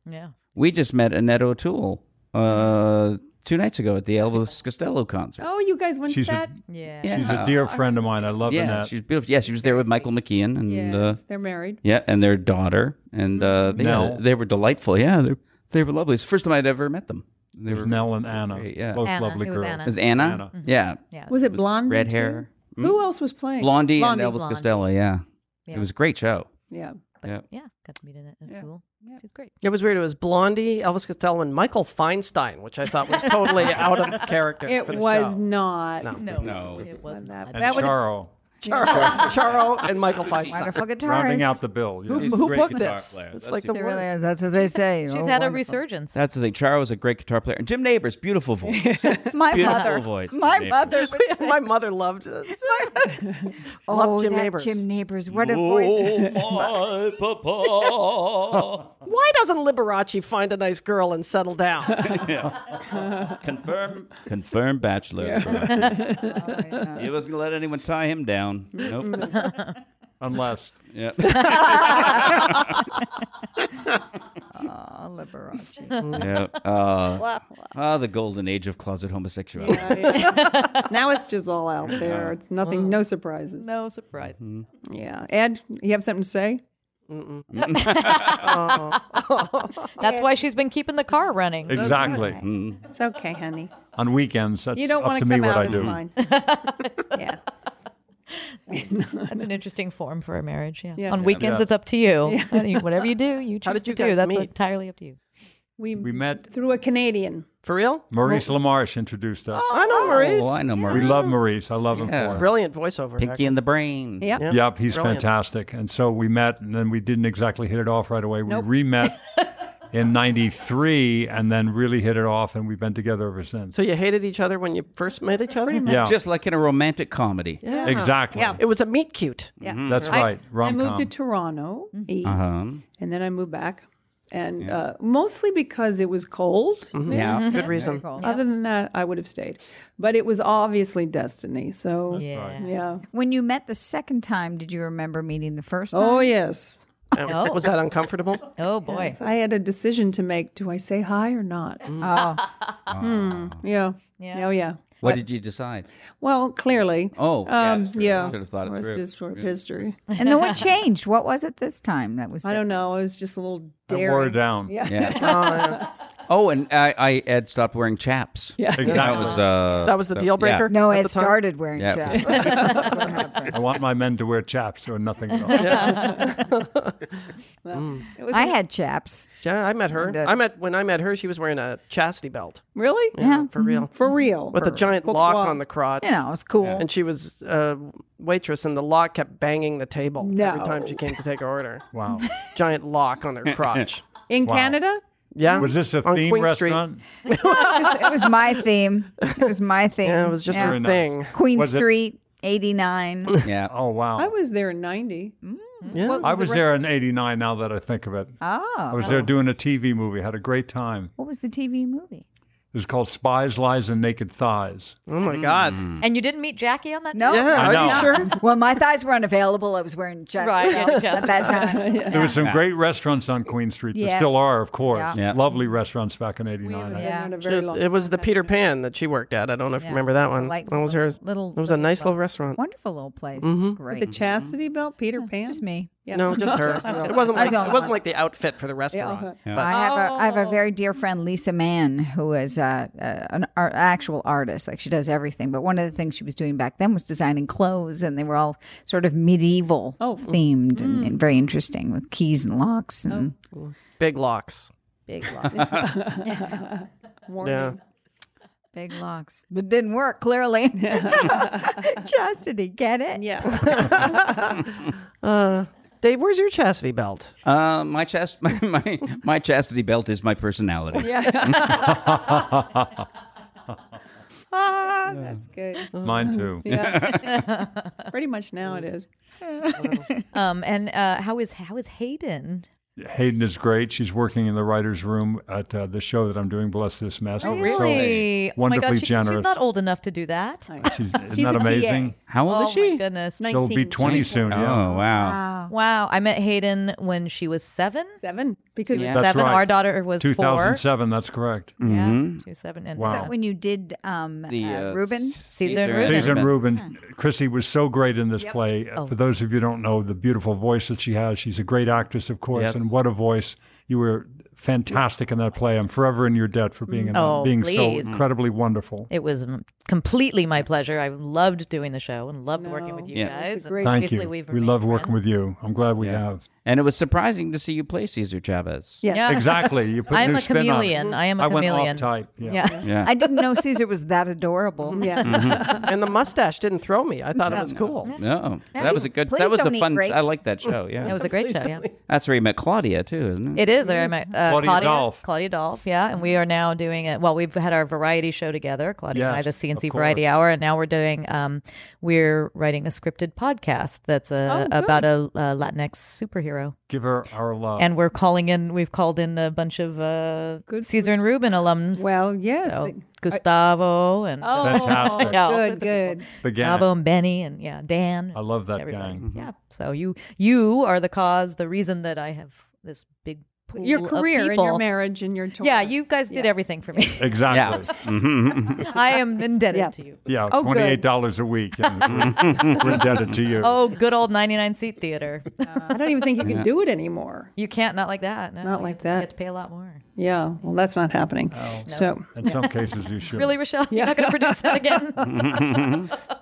[SPEAKER 4] Yeah.
[SPEAKER 1] we just met Annette O'Toole uh, two nights ago at the Elvis Costello concert.
[SPEAKER 7] Oh, you guys went to
[SPEAKER 6] She's a-
[SPEAKER 7] that?
[SPEAKER 4] Yeah.
[SPEAKER 1] yeah.
[SPEAKER 6] She's a dear friend of mine. I love
[SPEAKER 1] yeah,
[SPEAKER 6] Annette.
[SPEAKER 1] she's beautiful. Yeah, she was there with Michael McKeon and uh,
[SPEAKER 7] Yes, they're married.
[SPEAKER 1] Yeah, and their daughter, and uh, they,
[SPEAKER 6] Nell.
[SPEAKER 1] they were delightful. Yeah, they they were lovely. It's the first time I'd ever met them. They
[SPEAKER 6] There's
[SPEAKER 1] were
[SPEAKER 6] Nell and Anna,
[SPEAKER 1] Great, yeah.
[SPEAKER 6] both
[SPEAKER 4] Anna.
[SPEAKER 6] lovely
[SPEAKER 4] It was
[SPEAKER 6] girls.
[SPEAKER 1] It
[SPEAKER 4] Anna.
[SPEAKER 1] was Anna.
[SPEAKER 6] Anna.
[SPEAKER 1] Yeah,
[SPEAKER 7] Was it blonde?
[SPEAKER 1] red hair, Mm. Hmm?
[SPEAKER 7] Who else was playing?
[SPEAKER 1] Blondie,
[SPEAKER 4] Blondie,
[SPEAKER 1] and Elvis
[SPEAKER 4] Blondie.
[SPEAKER 1] Costello. Yeah.
[SPEAKER 4] Yeah.
[SPEAKER 1] it was a great show.
[SPEAKER 7] Yeah.
[SPEAKER 4] But
[SPEAKER 1] Yeah.
[SPEAKER 4] yeah. Got to meet Annette and
[SPEAKER 1] Yeah.
[SPEAKER 4] Cool. She's great.
[SPEAKER 2] It was weird. It was Blondie, Elvis Costello, and Michael Feinstein, which I thought was totally out of character.
[SPEAKER 7] It
[SPEAKER 2] for the
[SPEAKER 7] was
[SPEAKER 2] show.
[SPEAKER 7] not.
[SPEAKER 4] No.
[SPEAKER 1] No.
[SPEAKER 4] It was not.
[SPEAKER 6] And
[SPEAKER 7] That would've-
[SPEAKER 6] Charo,
[SPEAKER 2] Charo and Michael Feinstein.
[SPEAKER 3] Wonderful guitarist.
[SPEAKER 6] rounding out the bill. yeah.
[SPEAKER 2] Who,
[SPEAKER 8] She's a
[SPEAKER 2] who
[SPEAKER 8] great
[SPEAKER 2] booked
[SPEAKER 8] guitar
[SPEAKER 2] this?
[SPEAKER 8] player.
[SPEAKER 2] It's
[SPEAKER 8] That's
[SPEAKER 2] like the
[SPEAKER 8] who-
[SPEAKER 3] It
[SPEAKER 2] worst.
[SPEAKER 3] really is. That's what they say.
[SPEAKER 4] She's
[SPEAKER 3] Oh,
[SPEAKER 4] had a
[SPEAKER 3] wonderful.
[SPEAKER 4] resurgence.
[SPEAKER 1] That's the thing. Charo was a great guitar player. And Jim Neighbors, beautiful voice.
[SPEAKER 3] My
[SPEAKER 1] Beautiful
[SPEAKER 3] mother.
[SPEAKER 1] voice,
[SPEAKER 3] My
[SPEAKER 1] Jim
[SPEAKER 3] mother. would say-
[SPEAKER 2] My mother loved it.
[SPEAKER 3] oh,
[SPEAKER 2] loved Jim
[SPEAKER 3] that
[SPEAKER 2] Neighbors.
[SPEAKER 3] Jim Neighbors. What a voice.
[SPEAKER 1] my papa.
[SPEAKER 2] Why doesn't Liberace find a nice girl and settle down?
[SPEAKER 1] Confirm. Confirm bachelor.
[SPEAKER 3] Oh,
[SPEAKER 1] He wasn't going to let anyone tie him down. Nope.
[SPEAKER 6] Unless
[SPEAKER 1] yeah.
[SPEAKER 3] Aw, Liberace.
[SPEAKER 1] yeah. Uh, ah, the golden age of closet homosexuality.
[SPEAKER 7] now it's just all out there. It's nothing, no surprises.
[SPEAKER 4] no surprise.
[SPEAKER 6] Mm-hmm.
[SPEAKER 7] Yeah. Ed, you have something to say?
[SPEAKER 4] That's why she's been keeping the car running.
[SPEAKER 6] exactly
[SPEAKER 7] It's okay, honey.
[SPEAKER 6] on weekends. That's
[SPEAKER 7] You don't
[SPEAKER 6] up
[SPEAKER 7] want
[SPEAKER 6] to
[SPEAKER 7] to
[SPEAKER 6] me
[SPEAKER 7] come
[SPEAKER 6] what
[SPEAKER 7] out
[SPEAKER 6] I
[SPEAKER 7] in
[SPEAKER 6] do.
[SPEAKER 7] line. yeah.
[SPEAKER 4] That's an interesting form for a marriage. Yeah.
[SPEAKER 7] Yeah.
[SPEAKER 4] On
[SPEAKER 7] Yeah.
[SPEAKER 4] weekends,
[SPEAKER 6] Yeah.
[SPEAKER 4] it's up to you. Whatever you do, you
[SPEAKER 2] How
[SPEAKER 4] choose
[SPEAKER 2] did
[SPEAKER 4] to
[SPEAKER 2] you
[SPEAKER 4] do.
[SPEAKER 2] guys
[SPEAKER 4] That's
[SPEAKER 2] meet?
[SPEAKER 4] entirely up to you.
[SPEAKER 7] We,
[SPEAKER 6] We met.
[SPEAKER 7] through a Canadian.
[SPEAKER 2] For real?
[SPEAKER 6] Maurice LaMarche introduced us.
[SPEAKER 2] I know, Maurice.
[SPEAKER 1] Oh, I know
[SPEAKER 6] We
[SPEAKER 1] Maurice.
[SPEAKER 6] love Maurice. I love him
[SPEAKER 1] Yeah.
[SPEAKER 6] for it.
[SPEAKER 2] Brilliant voiceover.
[SPEAKER 1] Pinky and the Brain.
[SPEAKER 7] Yep.
[SPEAKER 2] Yeah.
[SPEAKER 6] Yep, he's
[SPEAKER 2] Brilliant.
[SPEAKER 6] fantastic. And so we met, and then we didn't exactly hit it off right away. We re-met in '93, and then really hit it off, and we've been together ever since.
[SPEAKER 2] So you hated each other when you first met each other?
[SPEAKER 6] yeah,
[SPEAKER 1] Just like in a romantic comedy.
[SPEAKER 2] Yeah.
[SPEAKER 6] exactly.
[SPEAKER 7] Yeah.
[SPEAKER 2] It was a meet cute.
[SPEAKER 7] Yeah.
[SPEAKER 1] Mm-hmm.
[SPEAKER 6] That's
[SPEAKER 7] I-
[SPEAKER 6] right.
[SPEAKER 7] I
[SPEAKER 6] Rom
[SPEAKER 7] moved to
[SPEAKER 6] com.
[SPEAKER 7] Toronto, eh,
[SPEAKER 1] Uh-huh.
[SPEAKER 7] and then I moved back. and uh, mostly because it was cold.
[SPEAKER 1] Yeah.
[SPEAKER 2] Good reason.
[SPEAKER 7] Other than that, I would have stayed, but it was obviously destiny. So
[SPEAKER 4] Yeah.
[SPEAKER 7] yeah.
[SPEAKER 3] When you met the second time, did you remember meeting the first time?
[SPEAKER 7] Oh yes.
[SPEAKER 4] Oh.
[SPEAKER 2] Was that uncomfortable?
[SPEAKER 4] Oh boy.
[SPEAKER 7] I had a decision to make. Do I say hi or not?
[SPEAKER 1] Mm.
[SPEAKER 3] Oh,
[SPEAKER 7] Yeah.
[SPEAKER 4] Yeah.
[SPEAKER 7] Oh, yeah.
[SPEAKER 1] What did you decide?
[SPEAKER 7] Well, clearly.
[SPEAKER 1] Oh, yeah,
[SPEAKER 7] um,
[SPEAKER 1] that's true.
[SPEAKER 7] yeah.
[SPEAKER 1] Should've thought it
[SPEAKER 7] was
[SPEAKER 1] through.
[SPEAKER 7] just sort of history.
[SPEAKER 3] and then what changed? What was it this time that was?
[SPEAKER 7] I don't know. It was just a little
[SPEAKER 6] That wore her
[SPEAKER 7] daring.
[SPEAKER 6] down.
[SPEAKER 7] Yeah.
[SPEAKER 1] Yeah.
[SPEAKER 2] Uh,
[SPEAKER 1] Oh, and I, I Ed stopped wearing chaps.
[SPEAKER 7] Yeah.
[SPEAKER 1] That
[SPEAKER 6] Exactly.
[SPEAKER 1] was uh
[SPEAKER 2] that was the deal
[SPEAKER 1] yeah.
[SPEAKER 2] breaker.
[SPEAKER 3] No,
[SPEAKER 2] at
[SPEAKER 3] it
[SPEAKER 2] the time?
[SPEAKER 3] started wearing
[SPEAKER 1] Yeah, it
[SPEAKER 3] chaps.
[SPEAKER 1] was-
[SPEAKER 3] That's what happened.
[SPEAKER 6] I want my men to wear chaps or nothing at all.
[SPEAKER 1] Mm.
[SPEAKER 7] It was
[SPEAKER 3] I had chaps.
[SPEAKER 2] Yeah, I met her.
[SPEAKER 3] And, uh,
[SPEAKER 2] I met when I met her. She was wearing a chastity belt.
[SPEAKER 7] really
[SPEAKER 2] you know, for real,
[SPEAKER 7] Mm-hmm. for real.
[SPEAKER 2] with a giant
[SPEAKER 7] Book
[SPEAKER 2] lock
[SPEAKER 7] wall.
[SPEAKER 2] on the crotch.
[SPEAKER 3] mm-hmm. You know, it was cool.
[SPEAKER 2] And she was a waitress, and the lock kept banging the table every
[SPEAKER 7] No.
[SPEAKER 2] time she came to take her order.
[SPEAKER 6] Wow.
[SPEAKER 2] Giant lock on her crotch.
[SPEAKER 7] in
[SPEAKER 6] Wow.
[SPEAKER 7] Canada.
[SPEAKER 2] Yeah.
[SPEAKER 6] Was this a
[SPEAKER 2] on
[SPEAKER 6] theme
[SPEAKER 2] Queen
[SPEAKER 6] restaurant?
[SPEAKER 3] It's just- it was my theme. It was my theme.
[SPEAKER 2] Street. Yeah, it was just her
[SPEAKER 6] Very nice.
[SPEAKER 2] thing.
[SPEAKER 3] Queen
[SPEAKER 6] Was it-
[SPEAKER 3] Street, 89.
[SPEAKER 1] yeah.
[SPEAKER 6] Oh wow.
[SPEAKER 7] I was there in 90.
[SPEAKER 2] Yeah.
[SPEAKER 6] I was there in '89. Now that I think of it, I
[SPEAKER 3] Oh,
[SPEAKER 6] was there doing a TV movie. Had a great time.
[SPEAKER 3] what was the TV movie?
[SPEAKER 6] It was called Spies, Lies, and Naked Thighs.
[SPEAKER 2] Oh my god.
[SPEAKER 6] Hmm.
[SPEAKER 4] And you didn't meet Jackie on that?
[SPEAKER 3] No.
[SPEAKER 2] Yeah,
[SPEAKER 6] I
[SPEAKER 2] are
[SPEAKER 6] know.
[SPEAKER 2] you sure?
[SPEAKER 3] Well, my thighs were unavailable. I was wearing just
[SPEAKER 4] Right,
[SPEAKER 3] belt
[SPEAKER 4] yeah, just
[SPEAKER 3] at that time.
[SPEAKER 6] There were some great restaurants on Queen Street. There
[SPEAKER 3] Yes.
[SPEAKER 6] still are, of course.
[SPEAKER 3] Yeah.
[SPEAKER 1] Yeah.
[SPEAKER 6] Lovely restaurants back in
[SPEAKER 7] We haven't
[SPEAKER 6] '89.
[SPEAKER 7] been
[SPEAKER 3] Yeah.
[SPEAKER 7] there in a
[SPEAKER 2] She-
[SPEAKER 7] very long
[SPEAKER 2] It was the Peter Pan that she worked at. I don't know if you remember that one.
[SPEAKER 3] Like
[SPEAKER 2] that was hers.
[SPEAKER 3] little-
[SPEAKER 2] It was a
[SPEAKER 3] little-
[SPEAKER 2] nice little restaurant. Mm-hmm.
[SPEAKER 3] Wonderful little place. Great.
[SPEAKER 7] The chastity belt, Peter Pan.
[SPEAKER 3] Just me.
[SPEAKER 7] Yeah.
[SPEAKER 2] No, just her. it wasn't
[SPEAKER 3] I
[SPEAKER 2] like
[SPEAKER 3] was uh-huh. the only
[SPEAKER 2] it wasn't
[SPEAKER 3] one.
[SPEAKER 2] like the outfit for the restaurant.
[SPEAKER 3] I have a I have a very dear friend Lisa Mann who is uh, uh, an art, actual artist. Like she does everything, but one of the things she was doing back then was designing clothes, and they were all sort of medieval themed and, and very interesting with keys and locks and
[SPEAKER 2] Big locks.
[SPEAKER 3] big locks,
[SPEAKER 2] Yeah.
[SPEAKER 3] big locks. But it didn't work clearly. Chastity, get it?
[SPEAKER 7] Yeah.
[SPEAKER 2] Uh, Dave, where's your chastity belt?
[SPEAKER 1] Uh, my chast my, my my chastity belt is my personality.
[SPEAKER 7] Ah, that's good.
[SPEAKER 6] Mine too.
[SPEAKER 7] Pretty much now it is.
[SPEAKER 4] Um, and uh, how is how is Hayden?
[SPEAKER 6] Hayden is great. She's working in the writers' room at uh, the show that I'm doing. Bless this mess. So
[SPEAKER 4] Really? oh my
[SPEAKER 6] wonderfully
[SPEAKER 4] God, she-
[SPEAKER 6] generous.
[SPEAKER 4] She's not old enough to do that.
[SPEAKER 6] She's, isn't
[SPEAKER 7] She's
[SPEAKER 6] that
[SPEAKER 7] a PA.
[SPEAKER 6] amazing?
[SPEAKER 1] How old
[SPEAKER 4] oh
[SPEAKER 1] is she?
[SPEAKER 4] my goodness.
[SPEAKER 6] She'll be
[SPEAKER 7] 19.
[SPEAKER 6] 20 soon. Yeah.
[SPEAKER 1] Oh wow.
[SPEAKER 3] Wow.
[SPEAKER 4] Wow. I met Hayden when she was seven.
[SPEAKER 7] Seven. Because
[SPEAKER 6] That's
[SPEAKER 4] seven.
[SPEAKER 6] right.
[SPEAKER 4] Our daughter was four.
[SPEAKER 6] 2007. That's correct.
[SPEAKER 1] Mm.
[SPEAKER 4] Yeah. She was seven. And
[SPEAKER 6] Mm-hmm. Wow.
[SPEAKER 4] seven.
[SPEAKER 3] When you did um,
[SPEAKER 1] The
[SPEAKER 3] uh,
[SPEAKER 1] uh,
[SPEAKER 3] Reuben,
[SPEAKER 4] Caesar and Reuben.
[SPEAKER 6] Susan Rubin, Chrissy was so great in this play. Uh, For those of you who don't know, the beautiful voice that she has, she's a great actress, of course,
[SPEAKER 1] Yes.
[SPEAKER 6] and what a voice! You were fantastic in that play. I'm forever in your debt for being in that-
[SPEAKER 4] Oh,
[SPEAKER 6] being so
[SPEAKER 1] Mm.
[SPEAKER 4] please.
[SPEAKER 6] incredibly wonderful.
[SPEAKER 4] It was m- completely my pleasure. I loved doing the show and loved working with you
[SPEAKER 1] Yeah.
[SPEAKER 4] guys. And
[SPEAKER 7] great-
[SPEAKER 6] Thank
[SPEAKER 4] obviously
[SPEAKER 6] you.
[SPEAKER 4] We've
[SPEAKER 6] We love working with you. I'm glad we have.
[SPEAKER 1] And it was surprising to see you play Cesar Chavez.
[SPEAKER 7] Yeah.
[SPEAKER 4] Yeah.
[SPEAKER 6] Exactly. You put
[SPEAKER 4] I'm
[SPEAKER 6] new
[SPEAKER 4] a
[SPEAKER 6] spin on it.
[SPEAKER 4] chameleon. I am a
[SPEAKER 6] I went
[SPEAKER 4] chameleon.
[SPEAKER 6] off type. Yeah.
[SPEAKER 4] Yeah.
[SPEAKER 1] Yeah.
[SPEAKER 3] I didn't know Caesar was that adorable.
[SPEAKER 7] Yeah.
[SPEAKER 1] Mm-hmm.
[SPEAKER 2] and the mustache didn't throw me. I thought it was cool.
[SPEAKER 1] No, Oh, that was a good.
[SPEAKER 3] please
[SPEAKER 1] That was
[SPEAKER 3] don't
[SPEAKER 1] a
[SPEAKER 3] eat
[SPEAKER 1] fun.
[SPEAKER 3] grapes.
[SPEAKER 1] I like that show. Yeah,
[SPEAKER 4] It was a great show. Yeah.
[SPEAKER 1] that's where you met Claudia too, isn't it?
[SPEAKER 4] It is. I met uh,
[SPEAKER 6] Claudia
[SPEAKER 4] Claudia,
[SPEAKER 6] Dolph.
[SPEAKER 4] Claudia Dolph, yeah. And we are now doing it. Well, we've had our variety show together, Claudia and I,
[SPEAKER 6] Yes,
[SPEAKER 4] the
[SPEAKER 6] of
[SPEAKER 4] CNC
[SPEAKER 6] course.
[SPEAKER 4] Variety Hour. And now we're doing, um, we're writing a scripted podcast that's uh
[SPEAKER 7] Oh,
[SPEAKER 4] about a, uh Latinx superhero.
[SPEAKER 6] Give her our love.
[SPEAKER 4] And we're calling in, we've called in a bunch of uh,
[SPEAKER 7] Good
[SPEAKER 4] Caesar and Ruben alums.
[SPEAKER 7] Well, yes.
[SPEAKER 4] So,
[SPEAKER 7] the-
[SPEAKER 4] Gustavo and uh,
[SPEAKER 7] Oh,
[SPEAKER 6] Fantastic.
[SPEAKER 4] Yeah, all sorts
[SPEAKER 7] good,
[SPEAKER 4] of people.
[SPEAKER 7] good.
[SPEAKER 6] the gang.
[SPEAKER 4] Gustavo and Benny and yeah, Dan.
[SPEAKER 6] I love that
[SPEAKER 4] everybody. Mm-hmm.
[SPEAKER 6] gang.
[SPEAKER 4] Yeah. So you you are the cause, the reason that I have this big pool
[SPEAKER 7] Your
[SPEAKER 4] of
[SPEAKER 7] career and
[SPEAKER 4] uh, people.
[SPEAKER 7] your marriage and your tour.
[SPEAKER 4] Yeah, you guys did everything for me.
[SPEAKER 6] Exactly.
[SPEAKER 4] I am indebted
[SPEAKER 7] Yeah.
[SPEAKER 4] to you.
[SPEAKER 6] Yeah.
[SPEAKER 7] Oh, good.
[SPEAKER 6] Twenty-eight dollars a week. And we're, we're indebted to you.
[SPEAKER 4] Oh, good old 99 seat theater.
[SPEAKER 7] I don't even think you can do it anymore.
[SPEAKER 4] You can't not like that. No,
[SPEAKER 7] Not
[SPEAKER 4] you
[SPEAKER 7] like
[SPEAKER 4] have to-
[SPEAKER 7] that.
[SPEAKER 4] You have to pay a lot more.
[SPEAKER 7] Yeah. Well, that's not happening.
[SPEAKER 6] Oh.
[SPEAKER 7] So,
[SPEAKER 6] In some cases, you should.
[SPEAKER 4] Really, Rochelle? You're not going to produce that again?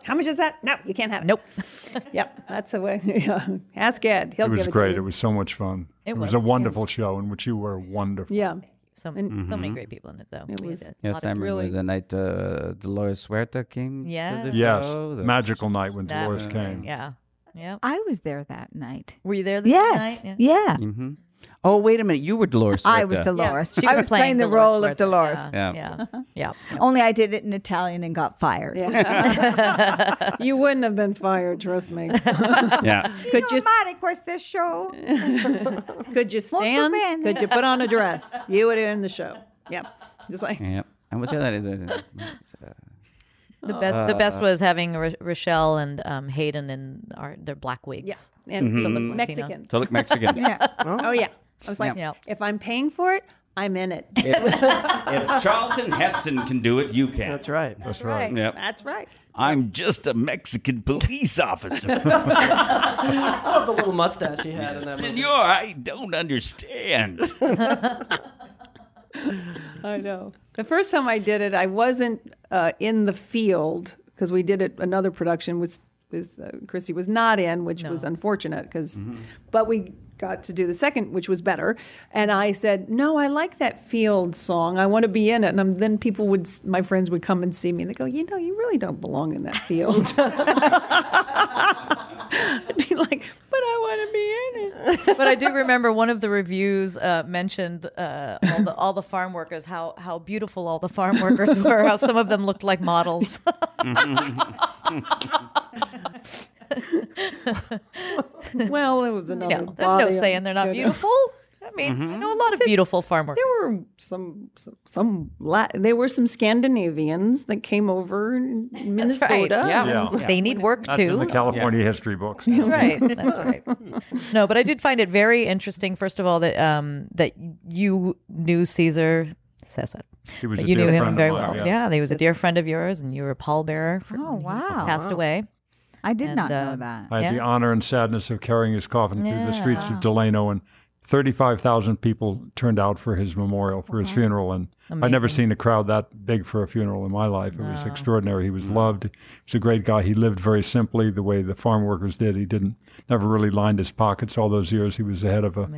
[SPEAKER 7] how much is that? No, you can't have it.
[SPEAKER 4] nope.
[SPEAKER 7] Yep. That's the way. Yeah. Ask Ed. He'll
[SPEAKER 6] It was
[SPEAKER 7] give it
[SPEAKER 6] great.
[SPEAKER 7] to you.
[SPEAKER 6] It was so much fun. It, was,
[SPEAKER 4] was,
[SPEAKER 6] a wonderful show in which you were wonderful.
[SPEAKER 7] Yeah.
[SPEAKER 4] So, so
[SPEAKER 6] Mm-hmm.
[SPEAKER 4] many great people in it, though. We
[SPEAKER 7] was-
[SPEAKER 4] did.
[SPEAKER 1] Yes, I remember the night uh, Dolores Huerta came.
[SPEAKER 4] Yeah.
[SPEAKER 1] to the
[SPEAKER 6] Yes.
[SPEAKER 1] show, the-
[SPEAKER 6] Magical night when
[SPEAKER 4] That-
[SPEAKER 6] Dolores came.
[SPEAKER 4] Yeah. Yeah.
[SPEAKER 3] I was there that night.
[SPEAKER 4] Were you there the
[SPEAKER 3] Yes.
[SPEAKER 4] night?
[SPEAKER 3] Yeah.
[SPEAKER 1] Mhm. Oh, wait a minute. You were Dolores.
[SPEAKER 3] I was
[SPEAKER 1] Delta.
[SPEAKER 3] Dolores.
[SPEAKER 4] She
[SPEAKER 3] I was playing, the
[SPEAKER 4] Dolores
[SPEAKER 3] role of
[SPEAKER 4] Huerta.
[SPEAKER 3] Dolores.
[SPEAKER 1] Yeah.
[SPEAKER 4] Yeah. Yeah.
[SPEAKER 3] Only I did it in Italian and got fired.
[SPEAKER 7] you wouldn't have been fired, trust me.
[SPEAKER 1] Yeah.
[SPEAKER 8] Could you
[SPEAKER 3] this show.
[SPEAKER 8] could you stand?
[SPEAKER 3] bene.
[SPEAKER 8] Could you put on a dress? You would end the show. Yep. Just like
[SPEAKER 1] Yeah. I would say that. uh,
[SPEAKER 4] The best the
[SPEAKER 6] Uh,
[SPEAKER 4] best was having Ro- Rochelle and um, Hayden in our, their black wigs.
[SPEAKER 8] yeah, and
[SPEAKER 6] Mm-hmm.
[SPEAKER 8] the Mexican.
[SPEAKER 1] Totally Mexican.
[SPEAKER 8] Oh yeah. I was like,
[SPEAKER 4] Yeah. Yeah.
[SPEAKER 8] if I'm paying for it, I'm in it.
[SPEAKER 1] If, if Charlton Heston can do it, you can.
[SPEAKER 2] That's right.
[SPEAKER 6] That's right.
[SPEAKER 1] Yep.
[SPEAKER 8] That's right.
[SPEAKER 1] I'm just a Mexican police officer.
[SPEAKER 2] I love the little mustache he had in that movie.
[SPEAKER 1] Senor, I don't understand.
[SPEAKER 7] I know. The first time I did it, I wasn't uh, in the field because we did it another production which with uh, Christy was not in, which was unfortunate because, but we got to do the second, which was better. And I said, no, I like that field song. I want to be in it. And um then people would, s- my friends would come and see me and they go, you know, you really don't belong in that field. I'd be like, but I want to be in it.
[SPEAKER 4] but I do remember one of the reviews uh, mentioned uh, all the all the farm workers how how beautiful all the farm workers were how some of them looked like models.
[SPEAKER 7] Well, it was another.
[SPEAKER 4] no, there's no
[SPEAKER 7] body of-
[SPEAKER 4] saying they're not
[SPEAKER 7] you know.
[SPEAKER 4] beautiful. I mean,
[SPEAKER 6] Mm-hmm.
[SPEAKER 4] I know a lot of beautiful farm workers.
[SPEAKER 7] There were some some, some La- there were some Scandinavians that came over in Minnesota.
[SPEAKER 4] right.
[SPEAKER 7] Yeah.
[SPEAKER 6] Yeah.
[SPEAKER 4] They need work
[SPEAKER 6] That's in
[SPEAKER 4] too.
[SPEAKER 6] the California history books.
[SPEAKER 4] That's right. That's right. No, but I did find it very interesting. First of all, that um that you knew Caesar Cesar.
[SPEAKER 6] He was
[SPEAKER 4] But
[SPEAKER 6] a
[SPEAKER 4] you knew
[SPEAKER 6] dear
[SPEAKER 4] him
[SPEAKER 6] friend of
[SPEAKER 4] very
[SPEAKER 6] mine,
[SPEAKER 4] well.
[SPEAKER 6] yeah.
[SPEAKER 4] Yeah. he was a dear friend of yours, and you were a pallbearer. For,
[SPEAKER 3] Oh,
[SPEAKER 4] when he
[SPEAKER 3] wow.
[SPEAKER 4] Passed away.
[SPEAKER 3] I did not
[SPEAKER 4] And, uh,
[SPEAKER 3] know that.
[SPEAKER 6] I had the honor and sadness of carrying his coffin through the streets of Delano, and 35,000 people turned out for his memorial, for his funeral. And I'd never seen a crowd that big for a funeral in my life. It was extraordinary. He was loved. He was a great guy. He lived very simply, the way the farm workers did. He didn't, never really lined his pockets all those years. He was the head of a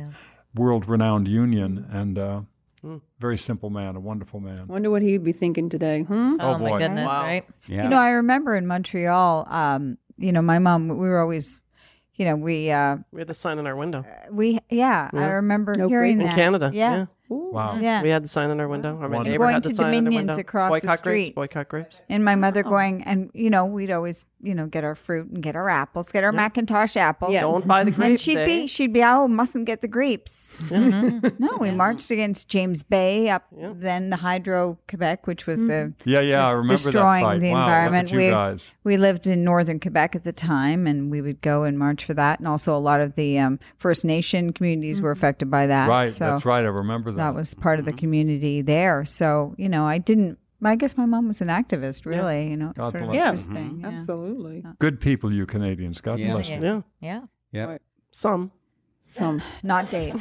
[SPEAKER 6] world renowned union
[SPEAKER 3] Mm.
[SPEAKER 6] and uh, very simple man, a wonderful man.
[SPEAKER 7] Wonder what he'd be thinking today, hmm?
[SPEAKER 4] Oh,
[SPEAKER 6] boy.
[SPEAKER 4] my goodness, right?
[SPEAKER 1] Yeah.
[SPEAKER 3] You know, I remember in Montreal, um, you know, my mom, we were always, you know, we, uh,
[SPEAKER 2] We had the sign in our window.
[SPEAKER 3] we, yeah, I remember
[SPEAKER 7] No
[SPEAKER 3] hearing
[SPEAKER 7] great-
[SPEAKER 2] In
[SPEAKER 3] that.
[SPEAKER 2] Canada.
[SPEAKER 3] Yeah.
[SPEAKER 6] Wow.
[SPEAKER 3] Yeah.
[SPEAKER 2] We had the sign in our window. Our
[SPEAKER 6] Wonderful.
[SPEAKER 2] neighbor
[SPEAKER 3] Going
[SPEAKER 2] had the
[SPEAKER 3] to
[SPEAKER 2] sign in our
[SPEAKER 3] Dominions
[SPEAKER 2] window.
[SPEAKER 3] across the
[SPEAKER 2] boycott
[SPEAKER 3] street.
[SPEAKER 2] grapes. Boycott grapes.
[SPEAKER 3] And my mother going, and, you know, we'd always, you know, get our fruit and get our apples, get our Macintosh apples.
[SPEAKER 7] Yeah.
[SPEAKER 2] Don't buy the grapes.
[SPEAKER 3] And she'd
[SPEAKER 2] eh?
[SPEAKER 3] be, she'd be, oh, mustn't get the grapes.
[SPEAKER 2] Mm-hmm.
[SPEAKER 3] no, we marched against James Bay up then the Hydro Quebec, which was the
[SPEAKER 2] Mm-hmm.
[SPEAKER 6] Yeah, yeah, I
[SPEAKER 3] was
[SPEAKER 6] remember that
[SPEAKER 3] destroying
[SPEAKER 6] fight.
[SPEAKER 3] the
[SPEAKER 6] Wow, look at
[SPEAKER 3] environment.
[SPEAKER 6] you
[SPEAKER 3] we
[SPEAKER 6] guys.
[SPEAKER 3] we lived in northern Quebec at the time, and we would go and march for that. And also, a lot of the um, First Nation communities
[SPEAKER 2] Mm-hmm.
[SPEAKER 3] were affected by that.
[SPEAKER 6] Right,
[SPEAKER 3] so
[SPEAKER 6] that's right. I remember that.
[SPEAKER 3] that was part of the community there. So you know, I didn't. I guess my mom was an activist, really. You know, it's
[SPEAKER 6] God
[SPEAKER 3] sort of
[SPEAKER 6] bless. Yeah.
[SPEAKER 3] interesting.
[SPEAKER 2] Mm-hmm.
[SPEAKER 3] yeah.
[SPEAKER 7] Absolutely.
[SPEAKER 6] Good people, you Canadians. God
[SPEAKER 1] Yeah.
[SPEAKER 6] bless you.
[SPEAKER 2] Yeah.
[SPEAKER 4] Yeah.
[SPEAKER 2] Some.
[SPEAKER 7] Some
[SPEAKER 3] Not Dave.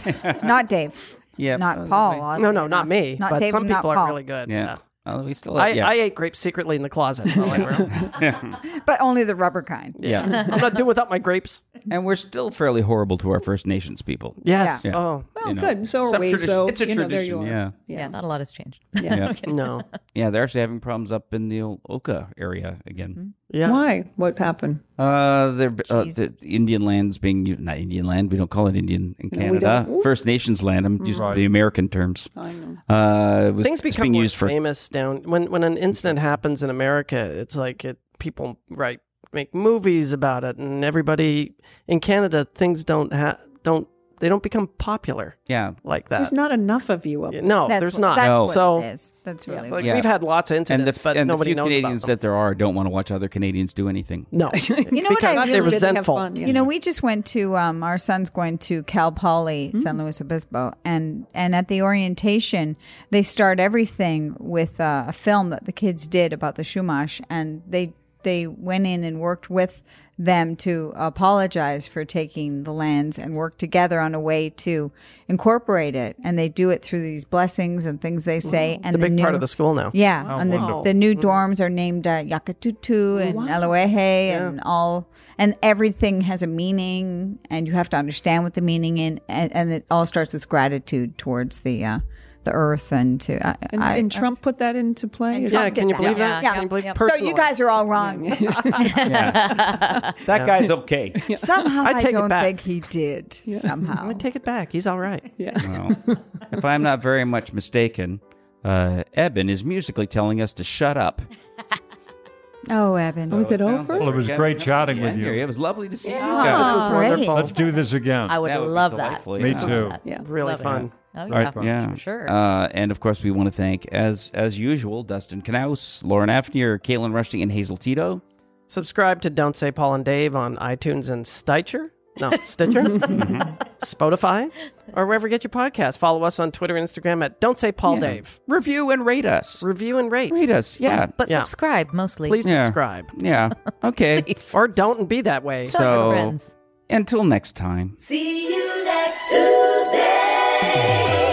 [SPEAKER 3] not Dave.
[SPEAKER 1] Yeah.
[SPEAKER 3] Not Paul. oddly
[SPEAKER 2] No, no,
[SPEAKER 3] enough.
[SPEAKER 2] not me.
[SPEAKER 3] Not
[SPEAKER 2] but
[SPEAKER 3] Dave,
[SPEAKER 2] some
[SPEAKER 3] not
[SPEAKER 2] people
[SPEAKER 3] Paul.
[SPEAKER 2] are really good.
[SPEAKER 1] Yeah. Oh, we still.
[SPEAKER 2] I,
[SPEAKER 1] yeah.
[SPEAKER 2] I ate grapes secretly in the closet. while I were-
[SPEAKER 3] But only the rubber kind.
[SPEAKER 1] yeah.
[SPEAKER 2] I'm not doing without my grapes.
[SPEAKER 1] and we're still fairly horrible to our First Nations people.
[SPEAKER 2] Yes.
[SPEAKER 1] Yeah.
[SPEAKER 2] Oh
[SPEAKER 7] Well,
[SPEAKER 1] you know.
[SPEAKER 7] good. So are
[SPEAKER 1] Some
[SPEAKER 7] we.
[SPEAKER 1] tradition-
[SPEAKER 7] So
[SPEAKER 1] it's a
[SPEAKER 7] you know, there you
[SPEAKER 1] tradition,
[SPEAKER 7] are.
[SPEAKER 1] yeah.
[SPEAKER 4] Yeah. Not a lot has changed.
[SPEAKER 1] Yeah. yeah.
[SPEAKER 2] no.
[SPEAKER 1] They're actually having problems up in the old Oka area again.
[SPEAKER 2] Yeah.
[SPEAKER 7] Why? What happened?
[SPEAKER 1] Uh, they're, uh, the Indian lands being u- not Indian land. We don't call it Indian in Canada.
[SPEAKER 7] don't.
[SPEAKER 1] First Nations land. I'm using
[SPEAKER 6] Right.
[SPEAKER 1] the American terms.
[SPEAKER 7] I know.
[SPEAKER 1] Uh, it was
[SPEAKER 2] Things
[SPEAKER 1] it's
[SPEAKER 2] become
[SPEAKER 1] being
[SPEAKER 2] more
[SPEAKER 1] used for
[SPEAKER 2] famous down when when an incident happens in America. It's like it people right make movies about it, and everybody in Canada things don't ha- don't they don't become popular
[SPEAKER 1] yeah.
[SPEAKER 2] like that.
[SPEAKER 7] There's not enough of you up there.
[SPEAKER 2] no,
[SPEAKER 3] That's
[SPEAKER 2] there's
[SPEAKER 3] what-
[SPEAKER 2] not.
[SPEAKER 3] That's
[SPEAKER 1] No.
[SPEAKER 3] what
[SPEAKER 2] So-
[SPEAKER 3] it is. That's
[SPEAKER 7] Yeah.
[SPEAKER 3] really
[SPEAKER 2] Like
[SPEAKER 1] Yeah.
[SPEAKER 2] we've had lots of
[SPEAKER 1] And the,
[SPEAKER 2] incidents,
[SPEAKER 1] f-
[SPEAKER 2] but
[SPEAKER 1] and the
[SPEAKER 2] nobody
[SPEAKER 1] few
[SPEAKER 2] knows
[SPEAKER 1] Canadians
[SPEAKER 2] about them.
[SPEAKER 1] that there are don't want to watch other Canadians do anything.
[SPEAKER 2] no,
[SPEAKER 3] You know what I
[SPEAKER 2] because they're
[SPEAKER 3] really-
[SPEAKER 2] resentful.
[SPEAKER 7] Have fun, yeah.
[SPEAKER 3] You know, we just went to um, our son's going to Cal Poly
[SPEAKER 2] Hmm.
[SPEAKER 3] San Luis Obispo, and and at the orientation they start everything with uh, a film that the kids did about the Shumash, and they they went in and worked with them to apologize for taking the lands and work together on a way to incorporate it, and they do it through these blessings and things they say. And
[SPEAKER 2] the big
[SPEAKER 3] new,
[SPEAKER 2] part of the school now.
[SPEAKER 3] Yeah,
[SPEAKER 6] Oh,
[SPEAKER 3] and
[SPEAKER 6] wow.
[SPEAKER 3] the, the new dorms are named uh, Yakatutu and Aloehe and all, and everything has a meaning, and you have to understand what the meaning in, and, and it all starts with gratitude towards the uh, the earth and to. I,
[SPEAKER 7] And,
[SPEAKER 3] I-
[SPEAKER 7] and Trump put that into play.
[SPEAKER 3] And
[SPEAKER 7] Is
[SPEAKER 3] Trump
[SPEAKER 7] that-
[SPEAKER 3] did
[SPEAKER 2] can you believe
[SPEAKER 4] that?
[SPEAKER 3] Yeah.
[SPEAKER 4] Can
[SPEAKER 2] you believe
[SPEAKER 3] yeah. So
[SPEAKER 2] personally?
[SPEAKER 3] you guys are all wrong.
[SPEAKER 1] That guy's okay.
[SPEAKER 3] Somehow
[SPEAKER 2] I
[SPEAKER 3] I,
[SPEAKER 2] take it
[SPEAKER 3] don't
[SPEAKER 2] back.
[SPEAKER 3] think he did. Somehow.
[SPEAKER 2] I take it back. He's all right.
[SPEAKER 1] Well, if I'm not very much mistaken, uh, Eben is musically telling us to shut up.
[SPEAKER 3] oh, Evan.
[SPEAKER 7] Was it
[SPEAKER 1] sounds
[SPEAKER 7] over?
[SPEAKER 1] like
[SPEAKER 6] Well, it
[SPEAKER 1] we're
[SPEAKER 6] was
[SPEAKER 1] getting
[SPEAKER 6] great
[SPEAKER 1] up to
[SPEAKER 6] chatting
[SPEAKER 1] the
[SPEAKER 6] with
[SPEAKER 1] end
[SPEAKER 6] you.
[SPEAKER 1] here. It was lovely to see you
[SPEAKER 3] Oh,
[SPEAKER 1] guys.
[SPEAKER 2] was wonderful.
[SPEAKER 6] Let's do this again.
[SPEAKER 4] I would
[SPEAKER 1] That would be
[SPEAKER 4] love that.
[SPEAKER 1] delightful,
[SPEAKER 6] Me
[SPEAKER 1] yeah.
[SPEAKER 6] too.
[SPEAKER 7] Yeah.
[SPEAKER 2] Really
[SPEAKER 4] Love it.
[SPEAKER 2] fun.
[SPEAKER 4] Oh, yeah.
[SPEAKER 6] Right,
[SPEAKER 1] Yeah,
[SPEAKER 4] for sure.
[SPEAKER 1] Uh, and of course, we want to thank, as as usual, Dustin Knaus, Lauren Afnier, Caitlin Rushing, and Hazel Tito.
[SPEAKER 2] Subscribe to Don't Say Paul and Dave on iTunes and Stitcher. No, Stitcher, Spotify, or wherever you get your podcast. Follow us on Twitter and Instagram at Don't Say Paul
[SPEAKER 1] Yeah.
[SPEAKER 2] Dave.
[SPEAKER 1] Review and rate us.
[SPEAKER 2] Review and rate.
[SPEAKER 1] Rate us, yeah,
[SPEAKER 4] But
[SPEAKER 2] Yeah.
[SPEAKER 4] subscribe mostly.
[SPEAKER 2] Please
[SPEAKER 1] Yeah.
[SPEAKER 2] subscribe.
[SPEAKER 1] yeah. Okay.
[SPEAKER 2] Or don't and be that way.
[SPEAKER 4] Tell your
[SPEAKER 1] So-
[SPEAKER 4] friends.
[SPEAKER 1] Until next time.
[SPEAKER 9] See you next Tuesday.